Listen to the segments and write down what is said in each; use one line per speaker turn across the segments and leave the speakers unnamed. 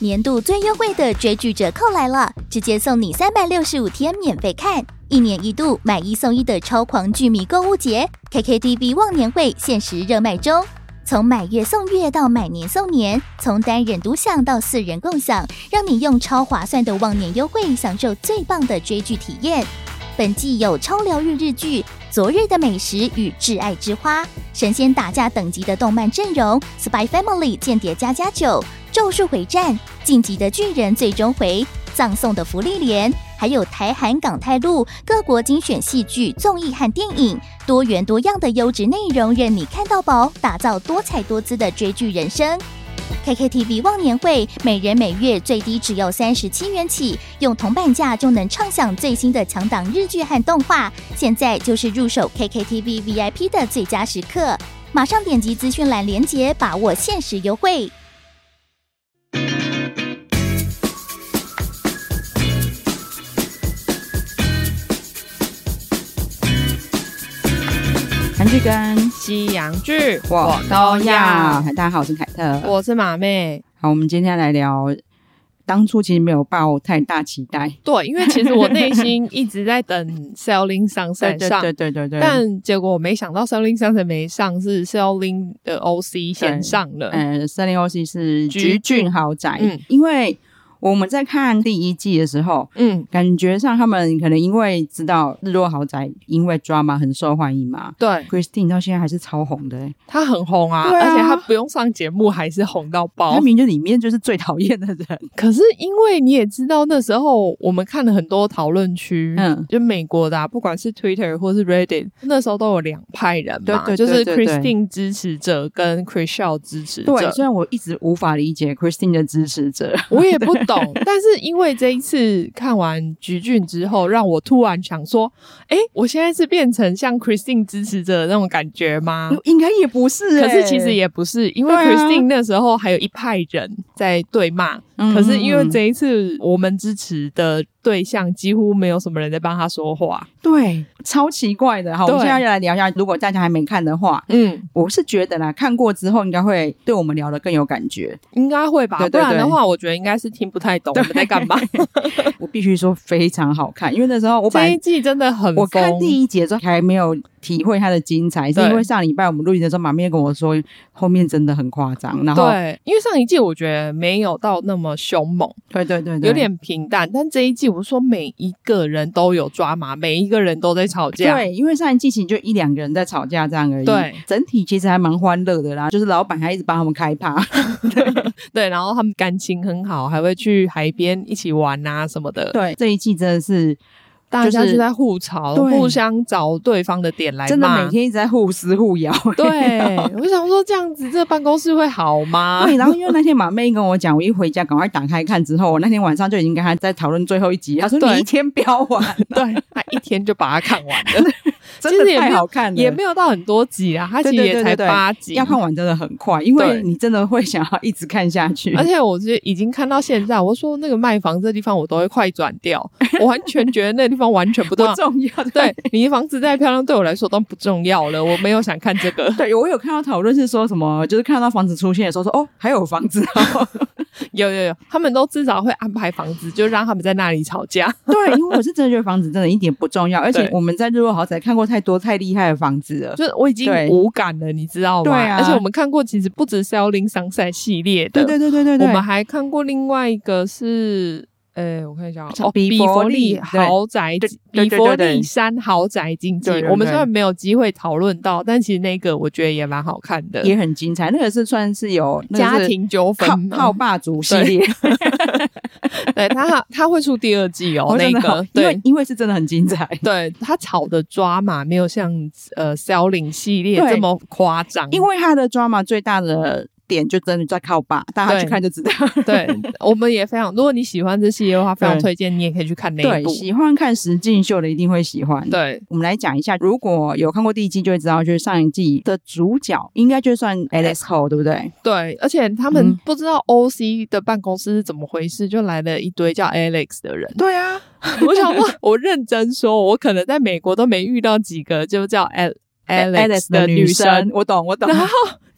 年度最优惠的追剧折扣来了，直接送你三百六十五天免费看，一年一度买一送一的超狂剧迷购物节，KKTV 忘年会限时热卖中。从买月送月到买年送年，从单人独享到四人共享，让你用超划算的忘年优惠享受最棒的追剧体验。本季有超疗愈日剧《昨日的美食与挚爱之花》、神仙打架等级的动漫阵容，《Spy Family》间谍加加九、《咒术回战》、《晋级的巨人》最终回、《葬送的福利莲》，还有台韩、港泰陆各国精选戏剧、综艺和电影，多元多样的优质内容，任你看到饱，打造多彩多姿的追剧人生。KKTV 忘年会每人每月最低只要三十七元起，用铜板价就能畅享最新的强档日剧和动画。现在就是入手 KKTV VIP 的最佳时刻，马上点击资讯栏连接，把握限时优惠。
韩剧跟
西洋剧
我都要。大家好，我是凯特。
我是马妹。
好，我们今天来聊，当初其实没有抱太大期待，
对，因为其实我内心一直在等 Selling Sunset 上，
对对对对，
但结果我没想到 Selling Sunset 没上，是 Selling 的 OC 先上了。
呃，森林 OC 是
橘
橘郡豪宅，
嗯
因为我们在看第一季的时候。
嗯，
感觉上，他们可能因为知道日落豪宅因为 drama 很受欢迎嘛
对，
，Christine 到现在还是超红的、欸，
他很红啊，
对啊
而且他不用上节目还是红到
她
爆
明。明就里面就是最讨厌的人，
可是因为你也知道，那时候我们看了很多讨论区，
嗯
就美国的、啊，不管是 Twitter 或是 Reddit，那时候都有两派人嘛，
对对对
就
对
是
对
Christine 支持者跟 Chriselle 支持者。
对，虽然我一直无法理解 Christine 的支持者，
我也不懂， 但是因为这一次看完菊俊之后，让我突然想说，诶，我现在是变成像 Christine 支持者的那种感觉吗？
应该也不是、欸，
嗯可是其实也不是，因为
对啊
Christine 那时候还有一派人在对骂，
嗯，
可是因为
嗯
这一次我们支持的对象几乎没有什么人在帮他说话。
对，超奇怪的。好，我们
对
现在就来聊一下，如果大家还没看的话，
嗯，
我是觉得啦，看过之后应该会对我们聊的更有感觉。
应该会吧，
对对
不然的
对
话，我觉得应该是听不太懂我们在干嘛。
我必须说非常好看，因为那时候我本
呃这一
来
季真的很
我看
疯
第一节之后还没有体会它的精彩，是
对
因为上礼拜我们录音的时候，马面跟我说后面真的很夸张，然后
对，因为上一季我觉得没有到那么凶猛。
对对对对，
有点平淡，但这一季我说每一个人都有抓马，每一个人都在吵架。
对，因为上一季其实就一两个人在吵架这样而已。
对，
整体其实还蛮欢乐的啦，就是老板还一直帮他们开趴。
对然后他们感情很好，还会去海边一起玩啊什么的。
对，这一季真的是
大家
就是
就在互吵，
对
互相找对方的点来骂。
真的每天一直在互撕互咬。
对，我想说这样子，这办公室会好吗？
对，然后因为那天马妹跟我讲，我一回家赶快打开看之后，我那天晚上就已经跟她在讨论最后一集，她说
对
你一天飙 完，
对，他一天就把它看完 了，
真
其实也
的
没
太
有
好看了，
也没有到很多集啊，他
对
其实
对
也
对
才
对对
八集，
要看完真的很快，因为
对
你真的会想要一直看下去
而。且我是已经看到现在，我说那个卖房这地方我都会快转掉，我完全觉得那地方完全不重
不
要。
重要，，
对，你的房子再漂亮，对我来说都不重要了。我没有想看这个
对，我有看到讨论是说什么，就是看到房子出现的时候说哦，还有房子哦，
有有有，他们都至少会安排房子，就让他们在那里吵架。
对，因为我是真的觉得房子真的一点不重要，而且
对
我们在日落豪宅看过太多太厉害的房子 了，
就是我已经
对
无感了，你知道吗？
对啊
而且我们看过，其实不止《Selling Sunset》系列的，
对对对对对对，
我们还看过另外一个是，呃，我看一下哦，哦
比
比
佛
佛
利
利豪宅
对，对
比
对
佛
对对
利山豪宅经济
对对。对
我们虽然没有机会讨论到，但其实那个我觉得也蛮好看的，
也很精彩，那个是算是有那个
家
是
庭嗯纠
靠
纷
靠
嘛。
霸主系列，
对他，他会出第二季哦，
哦
那
真的好
个
因
对
为。因为是真的很精 彩。
对他吵的抓嘛，没有像呃《肖林》系列
对
这么夸张。
因为他的 drama 最大的点就真的在靠爸，大家去看就知 道。
对，我们也非常，如果你喜欢这系列的话，非常
对
推荐你也可以去看那一
对，
部。
喜欢看实境秀的一定会喜欢。，
对，
我们来讲一下，如果有看过第一季就会知道，就是上一季的主角应该就算 Alex Ho，对不对？
对，而且他
嗯。
们不知道 OC 的办公室是怎么回事，就来了一堆叫 Alex 的人
对啊，
我想说，我认真说，我可能在美国都没遇到几个就叫 Al
Alex
Alex 的
女
生。
我懂，我懂。
然后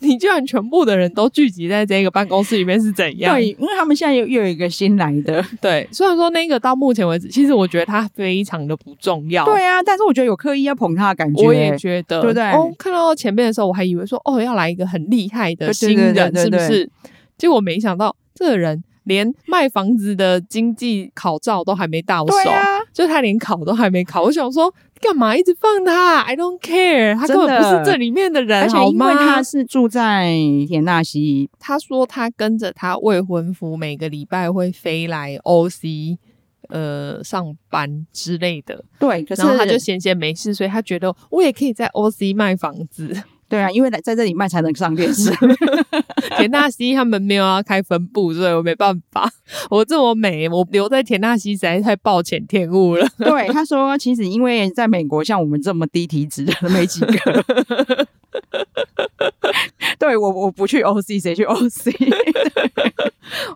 你居然全部的人都聚集在这个办公室里面是怎样？
对，因为他们现在又又有一个新来 的，
对，虽然说那个到目前为止，其实我觉得它非常的不重要。
对啊，但是我觉得有刻意要捧他的感觉，
我也觉得，
对不对
哦，看到前面的时候，我还以为说，哦，要来一个很厉害
对
的
对
新
对对
人，
对
是不
对
是？结果没想到，这个人连卖房子的经济考照都还没到手，
对啊，
就他连考都还没考。我想说，干嘛一直放他？I don't care，他根本不
真
是
的
这里面的人，
而且
好
因
吗
为他是住在田纳西，
他说他跟着他未婚夫每个礼拜会飞来 OC。呃，上班之类的，
对，可是
然后他就闲闲没事，所以他觉得我也可以在 OC 卖房子。
对啊，因为在这里卖才能上电 视，
田纳西他们没有要开分部，所以我没办法。我这么美，我留在田纳西实在是太暴殄天物了。
对，他说其实因为在美国像我们这么低体脂的没几个， 对我我不去 OC 谁去 OC？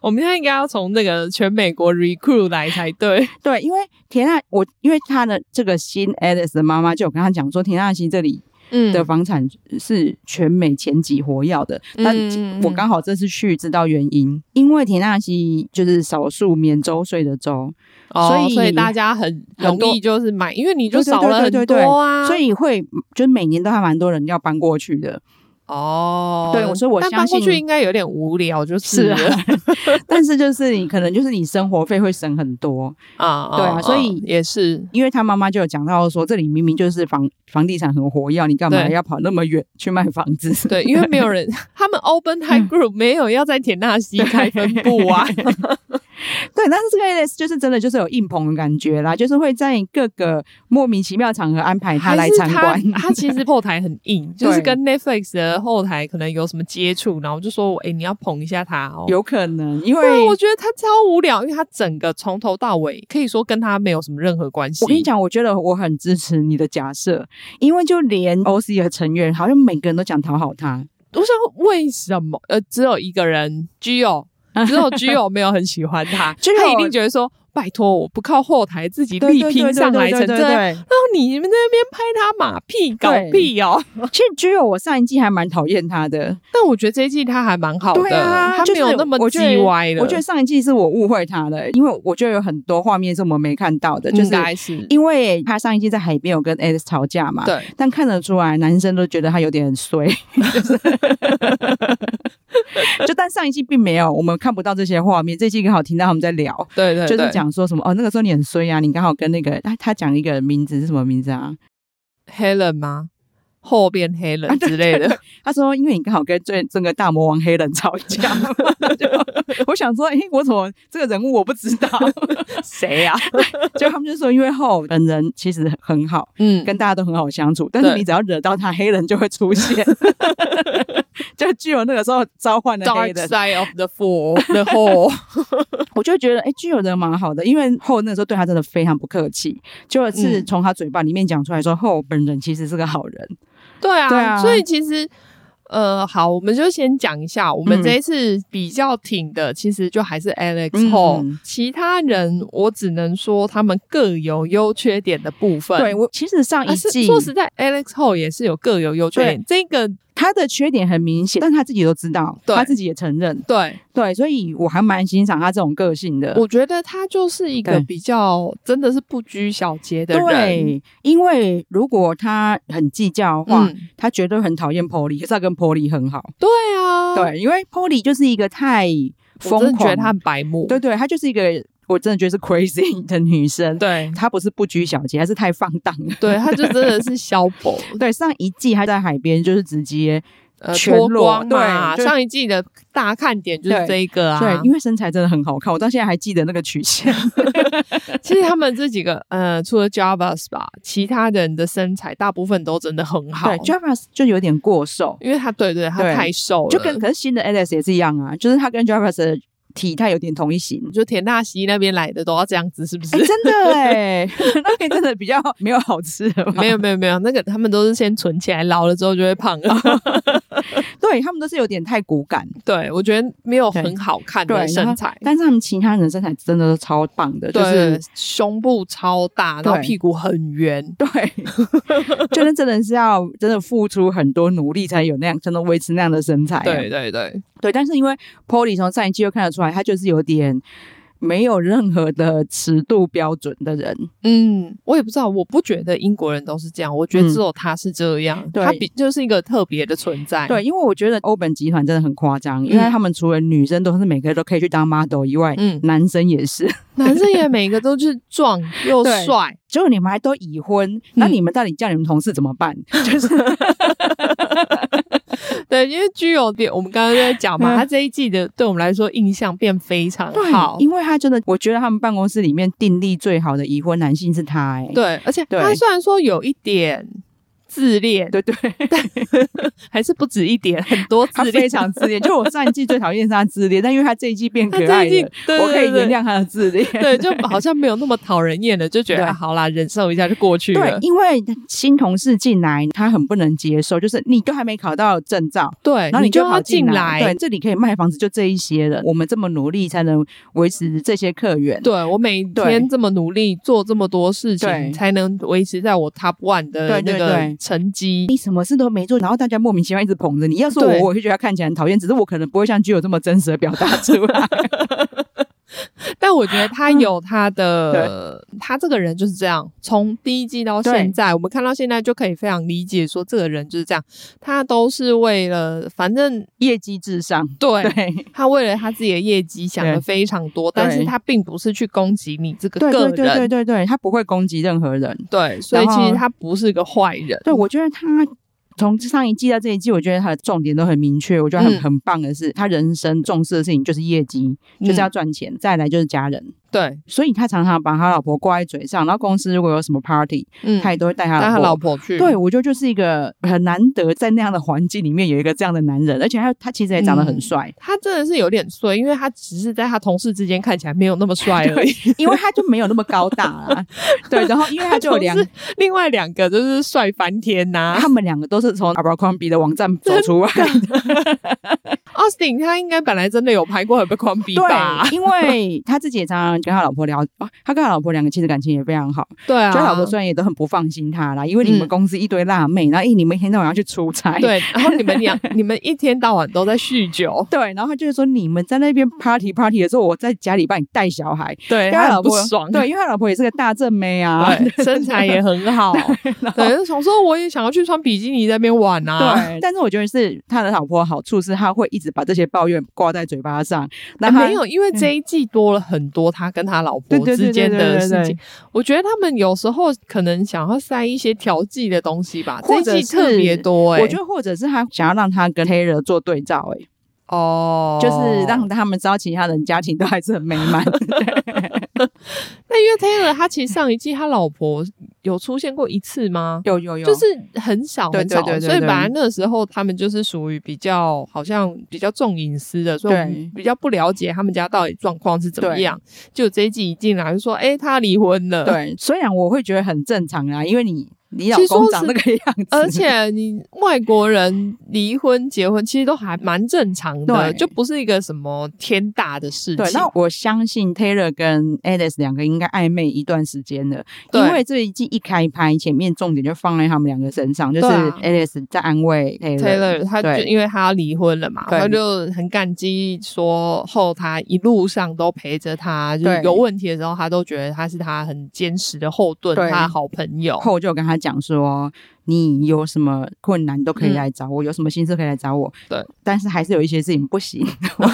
我们现在应该要从那个全美国 recruit 来才对。
对，因为田纳我因为他的这个新 Alice 的妈妈就有跟他讲说，田纳西这里
嗯
的房产是全美前几活要的，
嗯
但
嗯嗯
我刚好这次去知道原因，因为田纳西就是少数免州税的州，
哦
所以
所以大家很容
很多
易就是买，因为你就
对对
少了很
对对
多
对
啊。
所以会就是每年都还蛮多人要搬过去的。
哦，
对所以我
但
相
搬过
信
去应该有点无聊，就是
啊
了
但是就是你可能就是你生活费会省很多，
啊
对啊所以
也是
因为他妈妈就有讲到说，这里明明就是房房地产很活跃，你干嘛
对
要跑那么远去卖房子？
对，因为没有人， 他们 Open
嗯
High Group 没有要在田纳西开分部啊。
对，但是这个 Alice 就是真的就是有硬捧的感觉啦，就是会在各个莫名其妙场合安排他来参观
还。是他他其实后台很硬，就是
对
跟 Netflix 的后台可能有什么接触，然后就说，哎、你要捧一下他哦。
有可能，因为
对，啊我觉得他超无聊，因为他整个从头到尾可以说跟他没有什么任何关系。
我跟你，讲，我觉得我很支持你的假设，因为就连 OC 的成员，好像每个人都想讨好他。
我想为什么？呃，只有一个人 Gio，只有 Gio 没有很喜欢他，
Gio-
他一定觉得说，拜托，我不靠后台自己力拼上来成这样。
对。
然后你们在那边拍他马屁搞
对
屁哦！
其实只有我上一季还蛮讨厌他的，
但我觉得这一季他还蛮好
对
的，
啊，
他
就
没
是
有那么
我觉得
叽歪了。
我觉得上一季是我误会他了，因为我觉得有很多画面是我们没看到的，就
应
是
该是
因为他上一季在海边有跟 Alice 吵架嘛，。
对，
但看得出来，男生都觉得他有点很 衰，就是就但上一季并没有，我们看不到这些画面。这一季刚好听到他们在聊，
对对，
就是讲说什么哦，那个时候你很衰啊，你刚好跟那个他他讲一个名字是什么名字啊？
Helen 吗？后边 Helen 之类的，
他说因为你刚好跟这这个大魔王黑人 吵架，就我想说，诶，我怎么这个人物我不知道？
谁啊呀？
就他们就说，因为后本人其实很好，
嗯，
跟大家都很好相处，但是
对
你只要惹到他，黑人就会出现。 就具有那个时候召唤的黑
Dark
人，
Side of the Four the Whole，
我就觉得哎，具有人蛮好的，因为后那时候对他真的非常不客气，就是
嗯
从他嘴巴里面讲出来说，后本人其实是个好人。
对啊，
对啊
所以其实。呃，好，我们就先讲一下，我们
嗯
这一次比较挺的，其实就还是 Alex
嗯
Ho，、其他人我只能说他们各有优缺点的部分。
对我其实上
啊，
一
是
季、
说实在，Alex Ho 也是有各有优缺点，这个
他的缺点很明显，但他自己都知道，
对
他自己也承认，
对，
对，所以我还蛮欣赏他这种个性的。
我觉得他就是一个
对
比较真的是不拘小节的人。
对，因为如果他很计较的话，
嗯，
他绝对很讨厌 Polly，可是他跟 Polly 很好。
对啊，，
对，因为 Polly 就是一个太
我
疯
真的觉
狂，
得他很白目。
对对，她就是一个我真的觉得是 crazy 的女生。
对
她不是不拘小节，还是太放荡了。
对，他就真的是小狗，
对，上一季她在海边就是直接
呃，
全
脱
裸
光嘛。
对就
上一季的大看点就是
对
这一个啊。
对，因为身材真的很好看，我到现在还记得那个曲线。
其实他们这几个呃，除了 Javas 吧，其他人的身材大部分都真的很好
对。，Jarvis 就有点过瘦，
因为他对对，他
对
太瘦了，
就跟可是新的 Alice 也是一样啊，就是她跟 Jarvis 的体态有点同一 型。
就田纳西那边来的都要这样子，是不是
哎，？真的哎、 那边真的比较没有好吃的吧？
没有没有没有，那个他们都是先存起来，老了之后就会胖了。
对，对他们都是有点太骨感，
对我觉得没有很好看的
对
身材，
但是他们其他人的身材真的都超棒的，就是
对胸部超大，然后
对
屁股很圆，
对，就是真的是要真的付出很多努力才有那样，才能维持那样的身材啊、
对对对，
对，但是因为 Polly 从上一季就看得出来，他就是有点没有任何的尺度标准的人。
嗯，我也不知道，我不觉得英国人都是这样，我觉得
嗯
只有他是这样，
对
他比就是一个特别的存在，
对，因为我觉得欧本集团真的很夸张，因为
嗯
他们除了女生都是每个都可以去当 model 以外，
嗯
男生也是。
男生也每个都是壮又
对
帅，
结果你们还都已婚，
嗯
那你们到底叫你们同事怎么办？就是
对，因为居友变，我们刚刚在讲嘛，
嗯
他这一季的对我们来说印象变非常好
对，，因为他真的，我觉得他们办公室里面定力最好的已婚男性是他、哎，
对，而且
对
他虽然说有一点自恋，
对对，
还是不止一点，很多自
他
恋，
非常自恋。就我上一季最讨厌是他自恋，但因为他这一季 变可
他
爱
最近
了，
对
我可以
对对
原谅他的自恋。
对，就好像没有那么讨人厌了，就觉得、
对
啊好啦，忍受一下就过去
对
了，。
因为新同事进来，他很不能接受，就是你都还没考到证照，
对，
然后
你
就
要
跑
进
来，对，这里可以卖房子，就这一些人，我们这么努力才能维持这些客源。
对我每天这么努力做这么多事情，
对
才能维持在我 top one 的
对对
那个
对
成绩。
你什么事都没做，然后大家莫名其妙一直捧着你。要是
对
我，我会觉得他看起来很讨厌，只是我可能不会像具有这么真实的表达出 来。
但我觉得他
嗯
有他的，他这个人就是这样。从第一季到现在，我们看到现在就可以非常理解，说这个人就是这样，他都是为了，反正
业绩至上，
对
对
他为了他自己的业绩想的
对
非常多，
对
但是他并不是去攻击你这个
对
个
对
人，
对对对对，他不会攻击任何人。嗯
对所以
然
其
后
实他不是个坏人。
对，我觉得他从上一季到这一季，我觉得他的重点都很明确。我觉得很、
嗯
很棒的是，他人生重视的事情就是业绩，就是要
嗯
赚钱，再来就是家人。
对，
所以他常常把他老婆挂在嘴上，然后公司如果有什么 party，、
嗯，
他也都会带他
带
老
他
婆。
老婆去，
对，我觉得就是一个很难得在那样的环境里面有一个这样的男人，而且他他其实也长得
嗯
很帅，
他真的是有点衰，因为他只是在他同事之间看起来没 有那么帅而已。
因为他就没有那么高大啦。对，然后因为 他就有两
同，事另外两个就是帅翻天呐、
他们两个都是从 Abercrombie 的网站走出来的。
Austin 他应该本来真的有拍过很被狂比吧？
对，因为 他自己也常常跟他老婆聊，哦、他跟他老婆两个其实感情也非常好，
对啊，
就他老婆虽然也都很不放心他啦，因为你们
嗯
公司一堆辣妹，然后一你们一天到晚要去出差，
对，然后你们两你们一天到晚都在酗酒，
对，然后他就是说你们在那边 party party 的时候，我在家里帮你带小孩，因
对
为他
他
老
很不
婆
爽，
对，因为他老婆也是个大正妹啊，
对，身材也很好， 对，就想说我也想要去穿比基尼在那边玩啊，
对，但是我觉得是他的老婆好处是，他会一直把这些抱怨挂在嘴巴上，那
哎
他嗯
没有，因为这一季多了很多他跟他老婆
对对对
之间的
对
事
对对
情
对。
我觉得他们有时候可能想要塞一些调剂的东西吧，这
或者
一季特
是
别多哎、
我觉得或者是他想要让他跟 Taylor 做对照、欸，
得哦，
就是让他们知道其他人家庭都还是很美满。
那因为 Taylor 他其实上一季他老婆有出现过一次吗？
有有有，
就是很少
对
很少，
对对对
所以
对
本来那时候他们就是属于比较好像比较重隐私的，所以我们
对
比较不了解他们家到底状况是怎么
对
样。就这一季一进来就说，哎、他离婚了，
对，虽然我会觉得很正常啊，因为你你老
其实
公
说
长
是
那个样子，
而且你外国人离婚结婚其实都还蛮正常的，
对
就不是一个什么天大的事情。
对，那我相信 Taylor 跟 Alice 两个应该暧昧一段时间了，
对
因为这一季一开拍，前面重点就放在他们两个身上，就是
对啊
Alice 在安慰 Taylor，,
Taylor 他就
对
因为他要离婚了嘛，
对
他就很感激说后他一路上都陪着他，就是
对
有问题的时候他都觉得他是他很坚实的后盾，
对
他的好朋友。
后就跟他讲说，你有什么困难都可以
嗯
来找我，有什么心事可以来找我。
对，
但是还是有一些事情不行， 我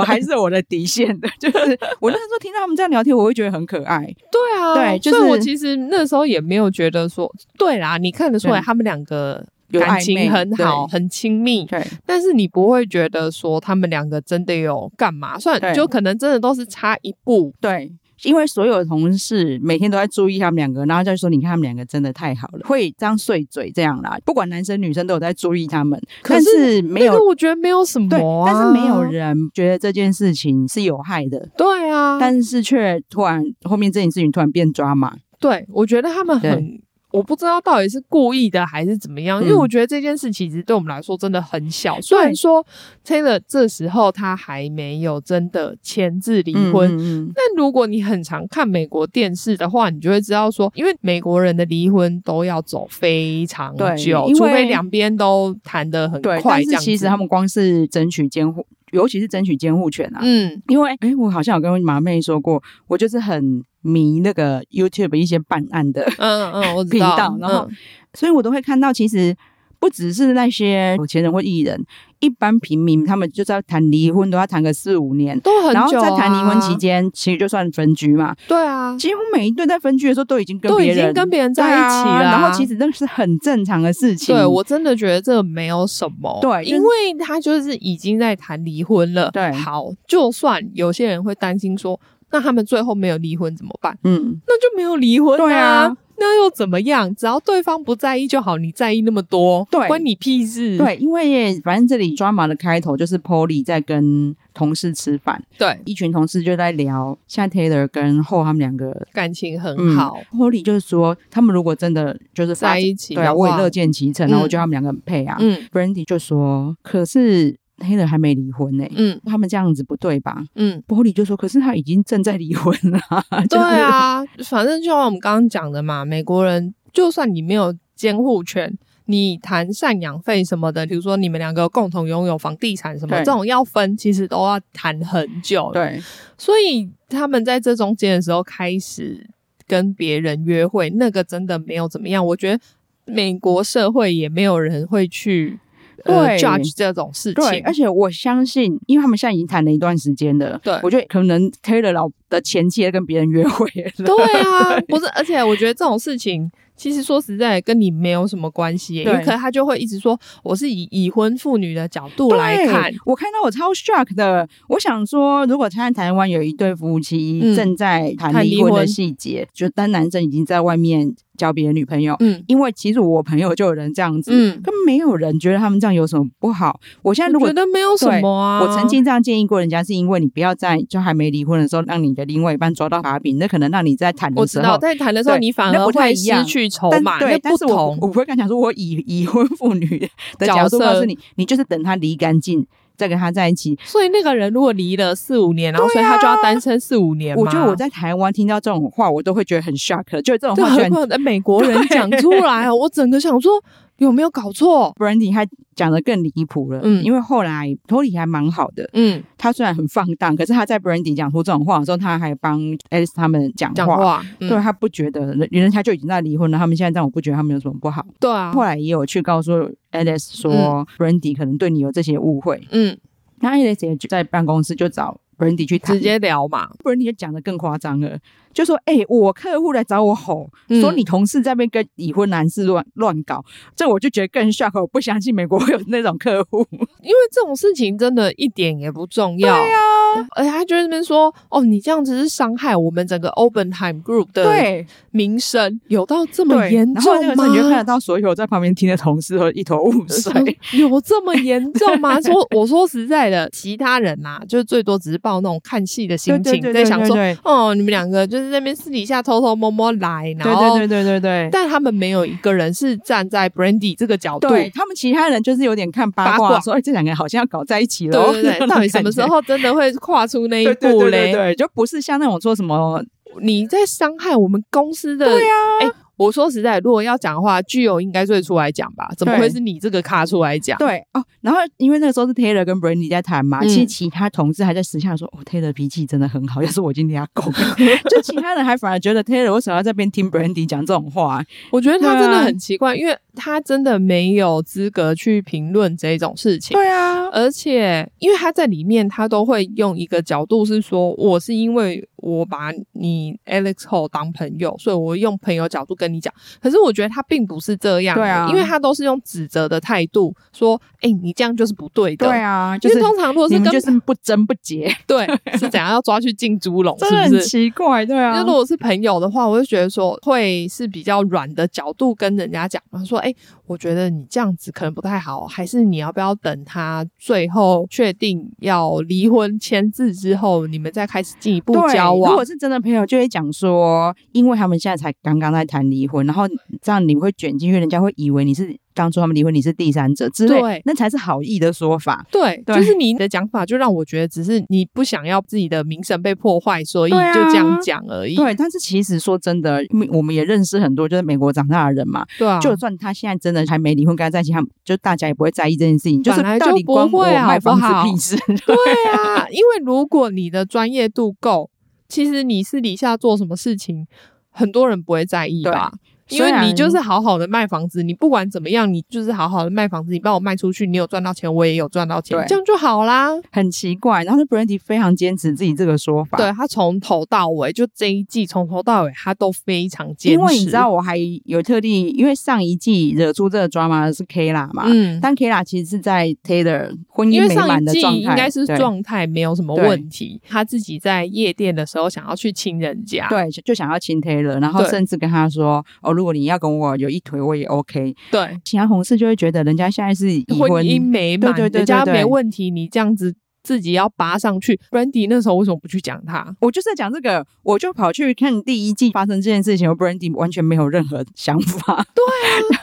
我还是有我的底线的。就是我那时候听到他们这样聊天，我会觉得很可爱。
对啊，
对就是
所以我其实那时候也没有觉得说，对啦，你看得出来
对
他们两个
有
感
暧
情
昧
很好，
对
很亲密，
对
但是你不会觉得说他们两个真的有干嘛，虽然
对
就可能真的都是差一步，
对。因为所有的同事每天都在注意他们两个，然后就说：“你看他们两个真的太好了，会这样碎嘴这样啦。不管男生女生都有在注意他们，
可
但
是
是没有
那个我觉得没有什么、
对，
啊，
但是没有，人觉得这件事情是有害的，
对啊，
但是却突然后面这件事情突然变抓马，
对我觉得他们
对
很。我不知道到底是故意的还是怎么样，因为
嗯
我觉得这件事其实对我们来说真的很小。虽然说 Taylor 这时候他还没有真的签字离婚，
嗯嗯
但如果你很常看美国电视的话，你就会知道说，因为美国人的离婚都要走非常
对
久，
因为
除非两边都谈得很
对，
快
但
这
是
样子。
其实他们光是争取监护，尤其是争取监护权啊，
嗯，
因为哎，我好像有跟马妹说过，我就是很迷那个 YouTube 一些办案的，
嗯嗯，我知
频
道。
道然后
嗯
所以我都会看到，其实不只是那些有钱人或艺人，一般平民他们就是要谈离婚都要谈个四五年。
都很久、啊，
然后在谈离婚期，间，其实就算分居嘛。
对啊，
几乎每一对在分居的时候都已经跟
都
别
已
人
经跟别人在
对
一
啊
起了啊、
然后其实那是很正常的事情。
对我真的觉得这没有什么，
对就是
因为他就是已经在谈离婚了。
对
好，就算有些人会担心说，那他们最后没有离婚怎么办？
嗯，
那就没有离婚、
对啊，
那又怎么样？只要对方不在意就好，你在意那么多，
对
关你屁事。
对，因为反正这里抓马的开头就是 Polly 在跟同事吃饭，
对，
一群同事就在聊现在 Taylor 跟后他们两个。
感情很
嗯
好，
，Polly 就是说，他们如果真的就是发
在一起
对啊，
的
我也
话
乐见其成，
嗯
然后我觉得他们两个很配啊。
嗯
Brandy 就说，可是 Taylor 还没离婚呢、欸
嗯
他们这样子不对吧？
嗯，
玻璃就说，可是他已经正在离婚了，
对啊，反正就像我们刚刚讲的嘛，美国人就算你没有监护权。你谈赡养费什么的，比如说你们两个共同拥有房地产什么，
对
这种要分，其实都要谈很久。，
对，
所以他们在这中间的时候开始跟别人约会，那个真的没有怎么样。我觉得美国社会也没有人会去呃
对
judge 这种事
对，
情
而。且我相信，因为他们现在已经谈了一段时间了，
对
我觉得可能 Taylor 老的前妻也跟别人约会 了，
对啊，不是，而且我觉得这种事情。其实说实在，跟你没有什么关系耶，
对
有可能他就会一直说我是以已婚妇女的角度
对
来看，，
我看到我超 shock 的，我想说，如果现在台湾有一对夫妻
嗯
正在谈
谈
离
离
婚的
婚
细节，就当男生已经在外面交别的女朋友，
嗯
因为其实我朋友就有人这样子，
嗯，
根本没有人觉得他们这样有什么不好。我现在如
我
果
觉得没有什么啊。
我曾经这样建议过人家，是因为你不要在就还没离婚的时候，让你的另外一半抓到把柄，那可能让你在谈
我
的时
知道
候。
在谈的时候，
对
你反
那
而
不太
会
一样
失去筹
但
码，
对，
那
但
不
是我
同
不。我不会跟他讲说，我已已婚妇女的角度
角色
告诉你，你就是等他离干净，再跟他在一起。
所以那个人如果离了四五年，然后所以他就要单身四五年嘛。
啊我觉得我在台湾听到这种话，我都会觉得很 shock，就是这种
这
话居
何
然
啊况在美国人讲出来哦，我整个想说有没有搞错？
Brandy 他讲的更离谱了。
嗯
因为后来 Tony 还蛮好的，
嗯，
他虽然很放荡，可是他在 Brandy 讲出这种话的时候，他还帮 Alice 他们讲
讲
话。
话，嗯
对他不觉得，人人家就已经在离婚了，他们现在这样，我不觉得他们有什么不好。
对啊，
后来也有去告诉 Alice 说、b r a n d y 可能对你有这些误会，
嗯，
那 Alice 也在办公室就找 Brandy 去谈，
直接聊嘛，
Brandy 就讲的更夸张了，就说：“哎、我客户来找我吼，
嗯
说你同事在那边跟已婚男士乱乱搞，这我就觉得更 shock，我不相信美国会有那种客户。
因为这种事情真的一点也不重要。
对啊，
而且他就在那边说：“哦，你这样子是伤害我们整个 Openheim Group 的
对
名声，有到这么
对，
严
然后那
重
个时
吗
候？”你就看得到所有在旁边听的同事都一头雾
说
水。
有这么严 重吗？说我说实在的，其他人呐、就是最多只是抱那种看戏的心情，
对对对
在想说
对对，
哦，你们两个就是在那边私底下偷偷摸摸来，然
对
后，
对对对对对。
但他们没有一个人是站在 Brandy 这个角度，
对他们其他人就是有点看八
八
卦，
卦
说哎这两个人好像要搞在一起了哦。
对对对，
那种
到底什么时
感觉
候真的会跨出那一
对对
步
对对？
嘞
对，就不是像那种说什么
你在伤害我们公司的，哎
对啊呀、
我说实在，如果要讲的话，具有应该最出来讲吧？怎么
对
会是你这个咖出来讲？
对哦。然后因为那个时候是 Taylor 跟 Brandy 在谈嘛，
嗯
其实其他同事还在私下说，哦，Taylor 脾气真的很好，要是我今天要够， 就其他人还反而觉得 Taylor 为什么要在边听 Brandy 讲这种话？
我觉得他
对啊
真的很奇怪，因为他真的没有资格去评论这种事情。
啊，
而且，因为他在里面，他都会用一个角度是说，我是因为我把你 Alex Ho 当朋友，所以我用朋友角度跟你讲。可是我觉得他并不是这样，
对啊
因为他都是用指责的态度说，哎、你这样就是不对的，
对。啊，就
因
是
为通常如果
你
是
们
跟
就是不争不 结，
对是怎样要抓去进猪笼，
真
是
的
不
很
是？
奇怪，对
因为
啊
如。果是朋友的话，我就觉得说会是比较软的角度跟人家讲，然后说，哎、我觉得你这样子可能不太好，还是你要不要等他最后确定要离婚签字之后，你们再开始进一步
对
交
如
往
果？是真的朋友，就会讲说，因为他们现在才刚刚在谈离离婚，然后这样你会卷进去，人家会以为你是当初他们离婚你是第三者之类
对，
那才是好意的说法。
对，
对
就是你的讲法，就让我觉得只是你不想要自己的名声被破坏，所以
对啊
就这样讲而已。
对，但是其实说真的，因为我们也认识很多就是美国长大的人嘛，
对啊，
就算他现在真的还没离婚，跟他在一起，他们就大家也不会在意这件事情，就是
本来
到
就
底
不
关我
会啊好
卖
不
房子
好
屁事？
对啊，因为如果你的专业度够，其实你私底下做什么事情，很多人不会在意
对
吧。因
虽
为你
然
就是好好的卖房子，你不管怎么样，你就是好好的卖房子，你帮我卖出去，你有赚到钱，我也有赚到钱
对，
这样就好啦。
很奇怪。然后 Brandy 非常坚持自己这个说法，
对他从头到尾，就这一季从头到尾，他都非常坚持。
因为你知道，我还有特地，因为上一季惹出这个 drama 的是 Kla 嘛，
嗯，
但 Kla 其实是在 Taylor 婚
因
姻
为
美
上
满
一
的
季
状态，
应该是
对
状态没有什么
对
问题，他自己在夜店的时候想要去亲人家，
对，就就想要亲 Taylor，然后
对
甚至跟他说：“哦，如果你要跟我有一腿，我也 OK。
对”，
其他同事就会觉得人家现在是已
婚姻美满，
对对对对
人家
对
没问题，你这样子自己要拔上去。Brandy 那时候为什么不去讲他？
我就是在讲这个，我就跑去看第一季发生这件事情我，Brandy 完全没有任何想法。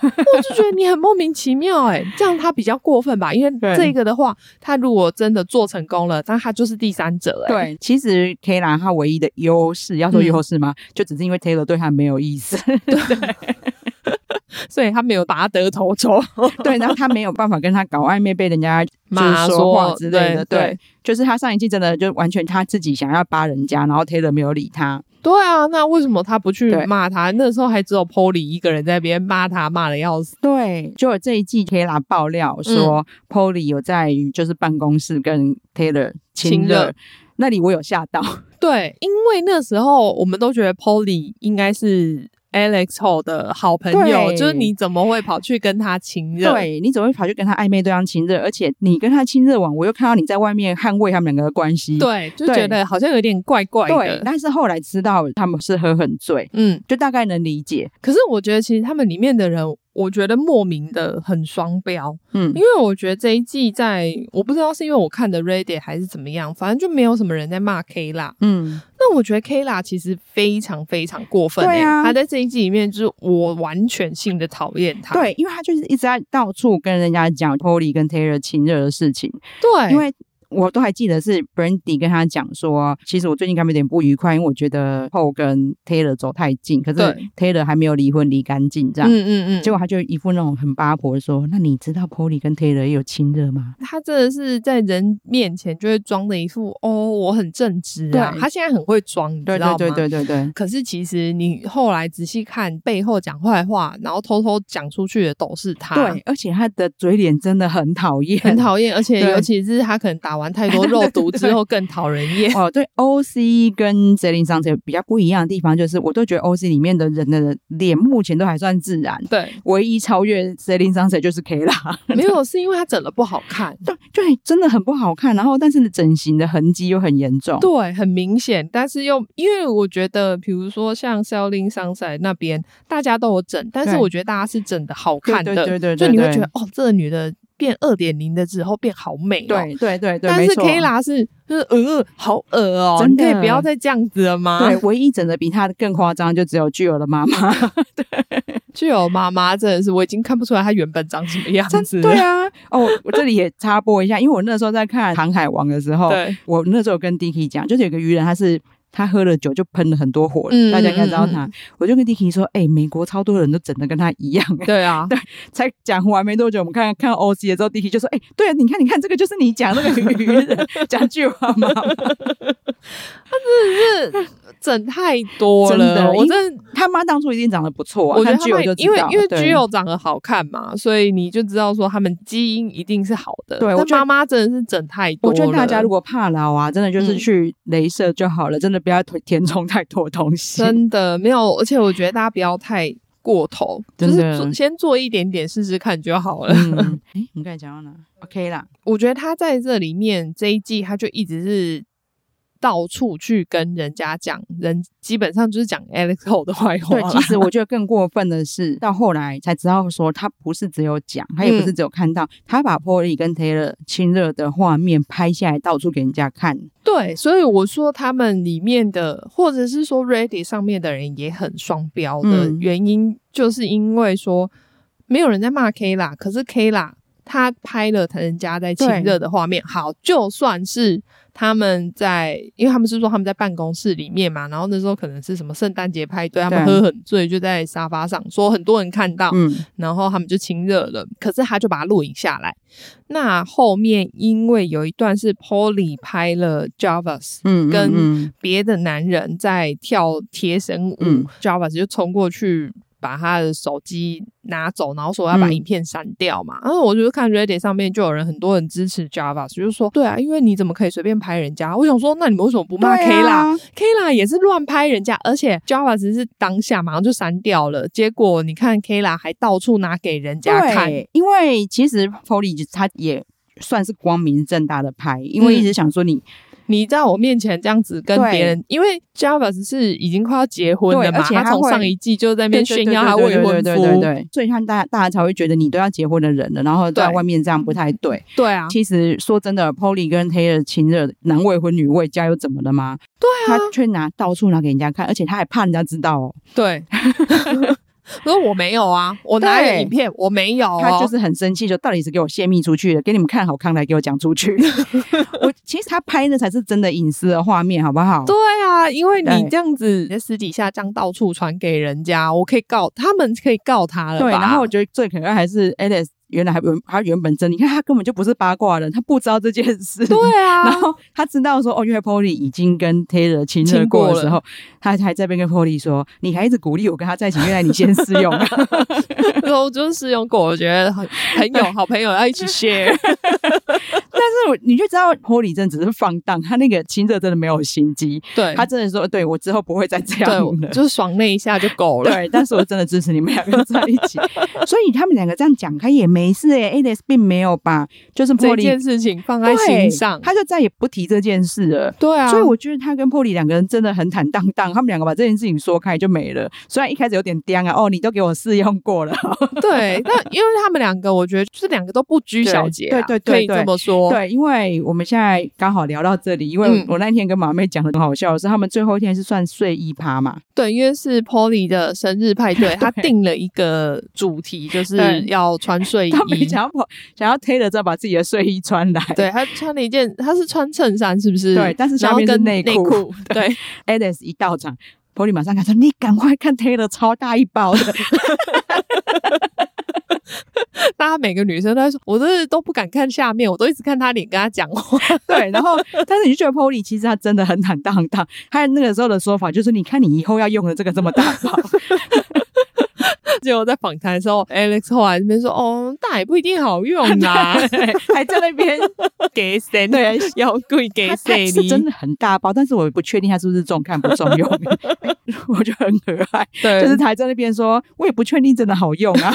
我就觉得你很莫名其妙哎、这样他比较过分吧？因为
对
这个的话，他如果真的做成功了，那他就是第三者哎、
对， 其实 K 兰她唯一的优势，要说优势吗？
嗯
就只是因为 Taylor 对她没有意 思，
对，所以他没有拔得头筹，
对，然后她没有办法跟他搞暧昧，被人家就是
骂
说话之类的。对，
对对
就是她上一季真的就完全她自己想要扒人家，然后 Taylor 没有理她。
对啊，那为什么他不去
对
骂他？那时候还只有 Polly 一个人在那边骂他，骂的要死。
对，就有这一季 Kayla 爆料
嗯
说、p o l l y 有在就是办公室跟 Taylor
亲
亲
热
热，那里我有吓到。
对，因为那时候我们都觉得 Polly 应该是 Alex 后的好朋友，
对
就是你怎么会跑去跟他亲 热？
对你怎么会跑去跟他暧昧对象亲热？而且你跟他亲热完，我又看到你在外面捍卫他们两个的关系。
对，就
对
觉得好像有点怪怪
对，
的。
但是后来知道他们是喝很醉，
嗯，
就大概能理解。
可是我觉得其实他们里面的人，我觉得莫名的很双标，
嗯
因，为我觉得这一季在我不知道是因为我看的 Reddit 还是怎么样，反正就没有什么人在骂 K 啦。
嗯，
那我觉得 Kla 其实非常非常过分、欸，
对啊
她在这一季里面就是我完全性的讨厌她，
对，因为他就是一直在到处跟人家讲 Polly 跟 Taylor 亲热的事情。
对，
因为我都还记得是 Brandy 跟他讲说，其实我最近跟他们有点不愉快，因为我觉得 p o 跟 Taylor 走太近，可是
对
Taylor 还没有离婚离干净这样。
嗯嗯嗯，
结
就
果他就一副那种很八婆说：“那你知道 Polly 跟 Taylor 也有亲热吗
她真的是在人面前就会装的一副哦，我很正直啊，
对
她现在很会装，你？”知
对
道吗？
对对对对对，
可是其实你后来仔细看，背后讲坏话，然后偷偷讲出去的都是她，
对，，而且他的嘴脸真的很讨厌，
很讨厌，而且
对
尤其是她可能打完太多
。
肉毒之后更讨人厌
哦，对，OC 跟 z e l i n 上次比较不一样的地方，就是我都觉得 OC 里面的人的脸目前都还算自然，
对，
唯一超越 z e l i n 上次就是 K 啦。
没有，是因为她整的不好 看，
对对，真的很不好看。然后，但是整形的痕迹又很严重。
对，很明显，但是又因为我觉得，比如说像 Selling Sunset 那边，大家都有整，但是
对
我觉得大家是整的好看的，
对对对对
就你会
对
觉得哦，这个女的变二点零的之后变好美、哦，。
对对对对，
但
没
是
错
K 拉是就是呃，好恶哦、
真
你可以
的
不要再这样子了吗？
对，唯一整的比她更夸张，就只有巨儿的妈 妈。
具有妈妈真的是，我已经看不出来她原本长什么样子
真
了。
对啊，哦，我这里也插播一下，因为我那时候在看《航海王》的时候，
对
我那时候跟 Dicky 讲，就是有个渔人，他是。他喝了酒就喷了很多火，
嗯
大家应该知道
嗯嗯
他。我就跟 Dicky 说：“哎、美国超多人都整的跟他一样、 欸。
对啊，
才讲完没多久，我们看看 OC 的时候，Dicky 就说：“哎、对啊，你看，你看，这个就是你讲那个渔人讲巨话妈妈。”
整太多
真
了，
的
我
因
真的
他妈当初一定长得不错、啊，
我觉得
看
他
巨友
们
就知
因为
道
因为
对
居友长得好看嘛，所以你就知道说他们基因一定是好的。
对我
但
觉得
妈妈真的是整太多
我
了。
觉得大家如果怕老啊，真的就是
嗯
去镭射就好了，真的不要填填充太多东西。
真的没有，而且我觉得大家不要太过头，就
真的
是做先做一点点试试看就好 了。
嗯，哎、我们刚才讲到哪？OK 啦，
我觉得他在这里面这一季，他就一直是到处去跟人家讲，人基本上就是讲 Alex Ho 的坏话
对
啦。，
其实我觉得更过分的是，到后来才知道说，他不是只有讲，他也不
嗯
是只有看到，他把 Polly 跟 Taylor 亲热的画面拍下来，到处给人家看。
对，所以我说他们里面的，或者是说 Reddit 上面的人也很双标的
嗯
原因，就是因为说没有人在骂 Kla，可是 Kla 他拍了人家在亲热的画面。好，就算是他们在，因为他们是说他们在办公室里面嘛，然后那时候可能是什么圣诞节派对，他们
对
喝很醉，就在沙发上说很多人看到，
嗯，
然后他们就亲热了，可是他就把它录影下来。那后面因为有一段是 Polly 拍了 Jarvis
嗯，
跟
嗯
别的男人在跳贴身舞、
嗯
j a r v i s 就冲过去把他的手机拿走，然后说要把
嗯
影片删掉嘛。然后我就看 Reddit 上面就有人很多人支持 Jarvis，就说对啊，因为你怎么可以随便拍人家？我想说，那你们为什么不骂
啊
K 啦、
啦，
Kla 也是乱拍人家，而且 Java 只是当下马上就删掉了。结果你看 Kla 还到处拿给人家看，
对，因为其实 Polly 他也算是光明正大的拍，因
嗯
为一直想说你、
你在我面前这样子跟
对
别人，因为 Java 只是已经快要结婚了
对
嘛，
而且
他
他
从
会
上一季就在那边
对
炫耀他
对对
未
对
婚
对对对
夫，
对所以像大家大家才会觉得你都要结婚的人了，然后在
对
外面这样不太对。
对啊，
其实说真的，Polly 跟 Taylor 亲热，男未婚女未嫁又怎么了吗？对啊，他却拿到处拿给人家看，而且他还怕人家知道哦，
对。 我说我没有啊，我拿了
对
影片，我没有、哦，
他就是很生气，就到底是给我泄密出去的，给你们看好康来给我讲出 去。我其实他拍的才是真的隐私的画面，好不好？
对啊，因为你
对
这样子在私底下这样到处传给人家，我可以告他们，可以告他了吧。
对，然后我觉得最可爱还是 Alice，原来还原他原本真，你看他根本就不是八卦人，他不知道这件事。
对啊，
然后他知道说，哦，原来 Polly 已经跟 Taylor 亲热
亲过
过的时候，他还在那边跟 Polly 说，你还一直鼓励我跟他在一起，原来你先试用。
我就是试用过，我觉得很朋友、好朋友要一起 share。
但是我你就知道 Polly 真的只是放荡，他那个亲热真的没有心机，
对，
他真的说，对我之后不会再这样
对
了。
我就是爽那一下就 够了。
对，但是我真的支持你们两个在一 起，所以他们两个这样讲，他也没事诶、Alice 并没有把就是
这
Polly
件事情放在心上，
他就再也不提这件事了。
对啊，
所以我觉得他跟 Polly 两个人真的很坦荡荡，他们两个把这件事情说开就没了。虽然一开始有点颠啊，哦，你都给我试用过 了，哦
对，但因为他们两个，我觉得就是两个都不拘小节啊，
对对对
可以这么说。
对，因为我们现在刚好聊到这里，因为
嗯
我那天跟马妹讲的很好笑的是，他们最后一天是算睡衣趴嘛，
对，因为是 Polly 的生日 派对，他定了一个主题，就是
对
要穿睡
他们
衣。
想要跑想要 Taylor 再把自己的睡衣穿来，
对他穿了一件，他是穿衬衫，是不是？
对但是下
然后
面是
跟
内
内
裤
裤， 对，
，Alice 一到场。Polly 马上跟他说：“你赶快看 Taylor 超大一包 的，
大家每个女生都在说，我都都不敢看下面，我都一直看他脸，跟他讲话。
对，然后但是你就觉得 Polly 其实他真的很坦荡荡，他那个时候的说法就是，你看你以后要用的这个这么大包，
结果在访谈的时候，Alex 后来这边说：“哦，大也不一定好用啦，
还在那边
给 谁
对。
要贵给
他他
谁
是真的很大包，但是我不确定他是不是重看不重 用，哎我觉得很可爱。
对，
就是他还在那边说，我也不确定真的好用啊。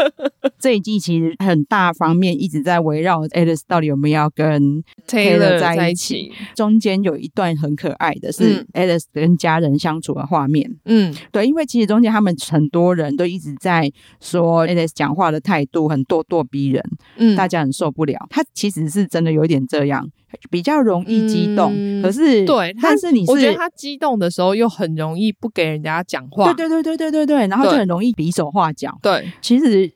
这一季其实很大方面一直在围绕 Alice 到底有没有要跟 Taylor 在
在
一
一
起
起。
中间有一段很可爱的是 Alice 跟家人相处的画面。
嗯，
对，因为其实中间他们很多人都一直在说 Alice 讲话的态度很咄咄逼人，
嗯
大家很受不了。他其实是真的有点这样，比较容易激动。
嗯
可是
对，他
但是你是
我觉得他激动的时候又很容易不给人家讲话。
对对对对对对对，然后就
对
很容易比手画脚。
对
其实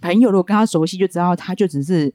朋友如果跟他熟悉，就知道他就只是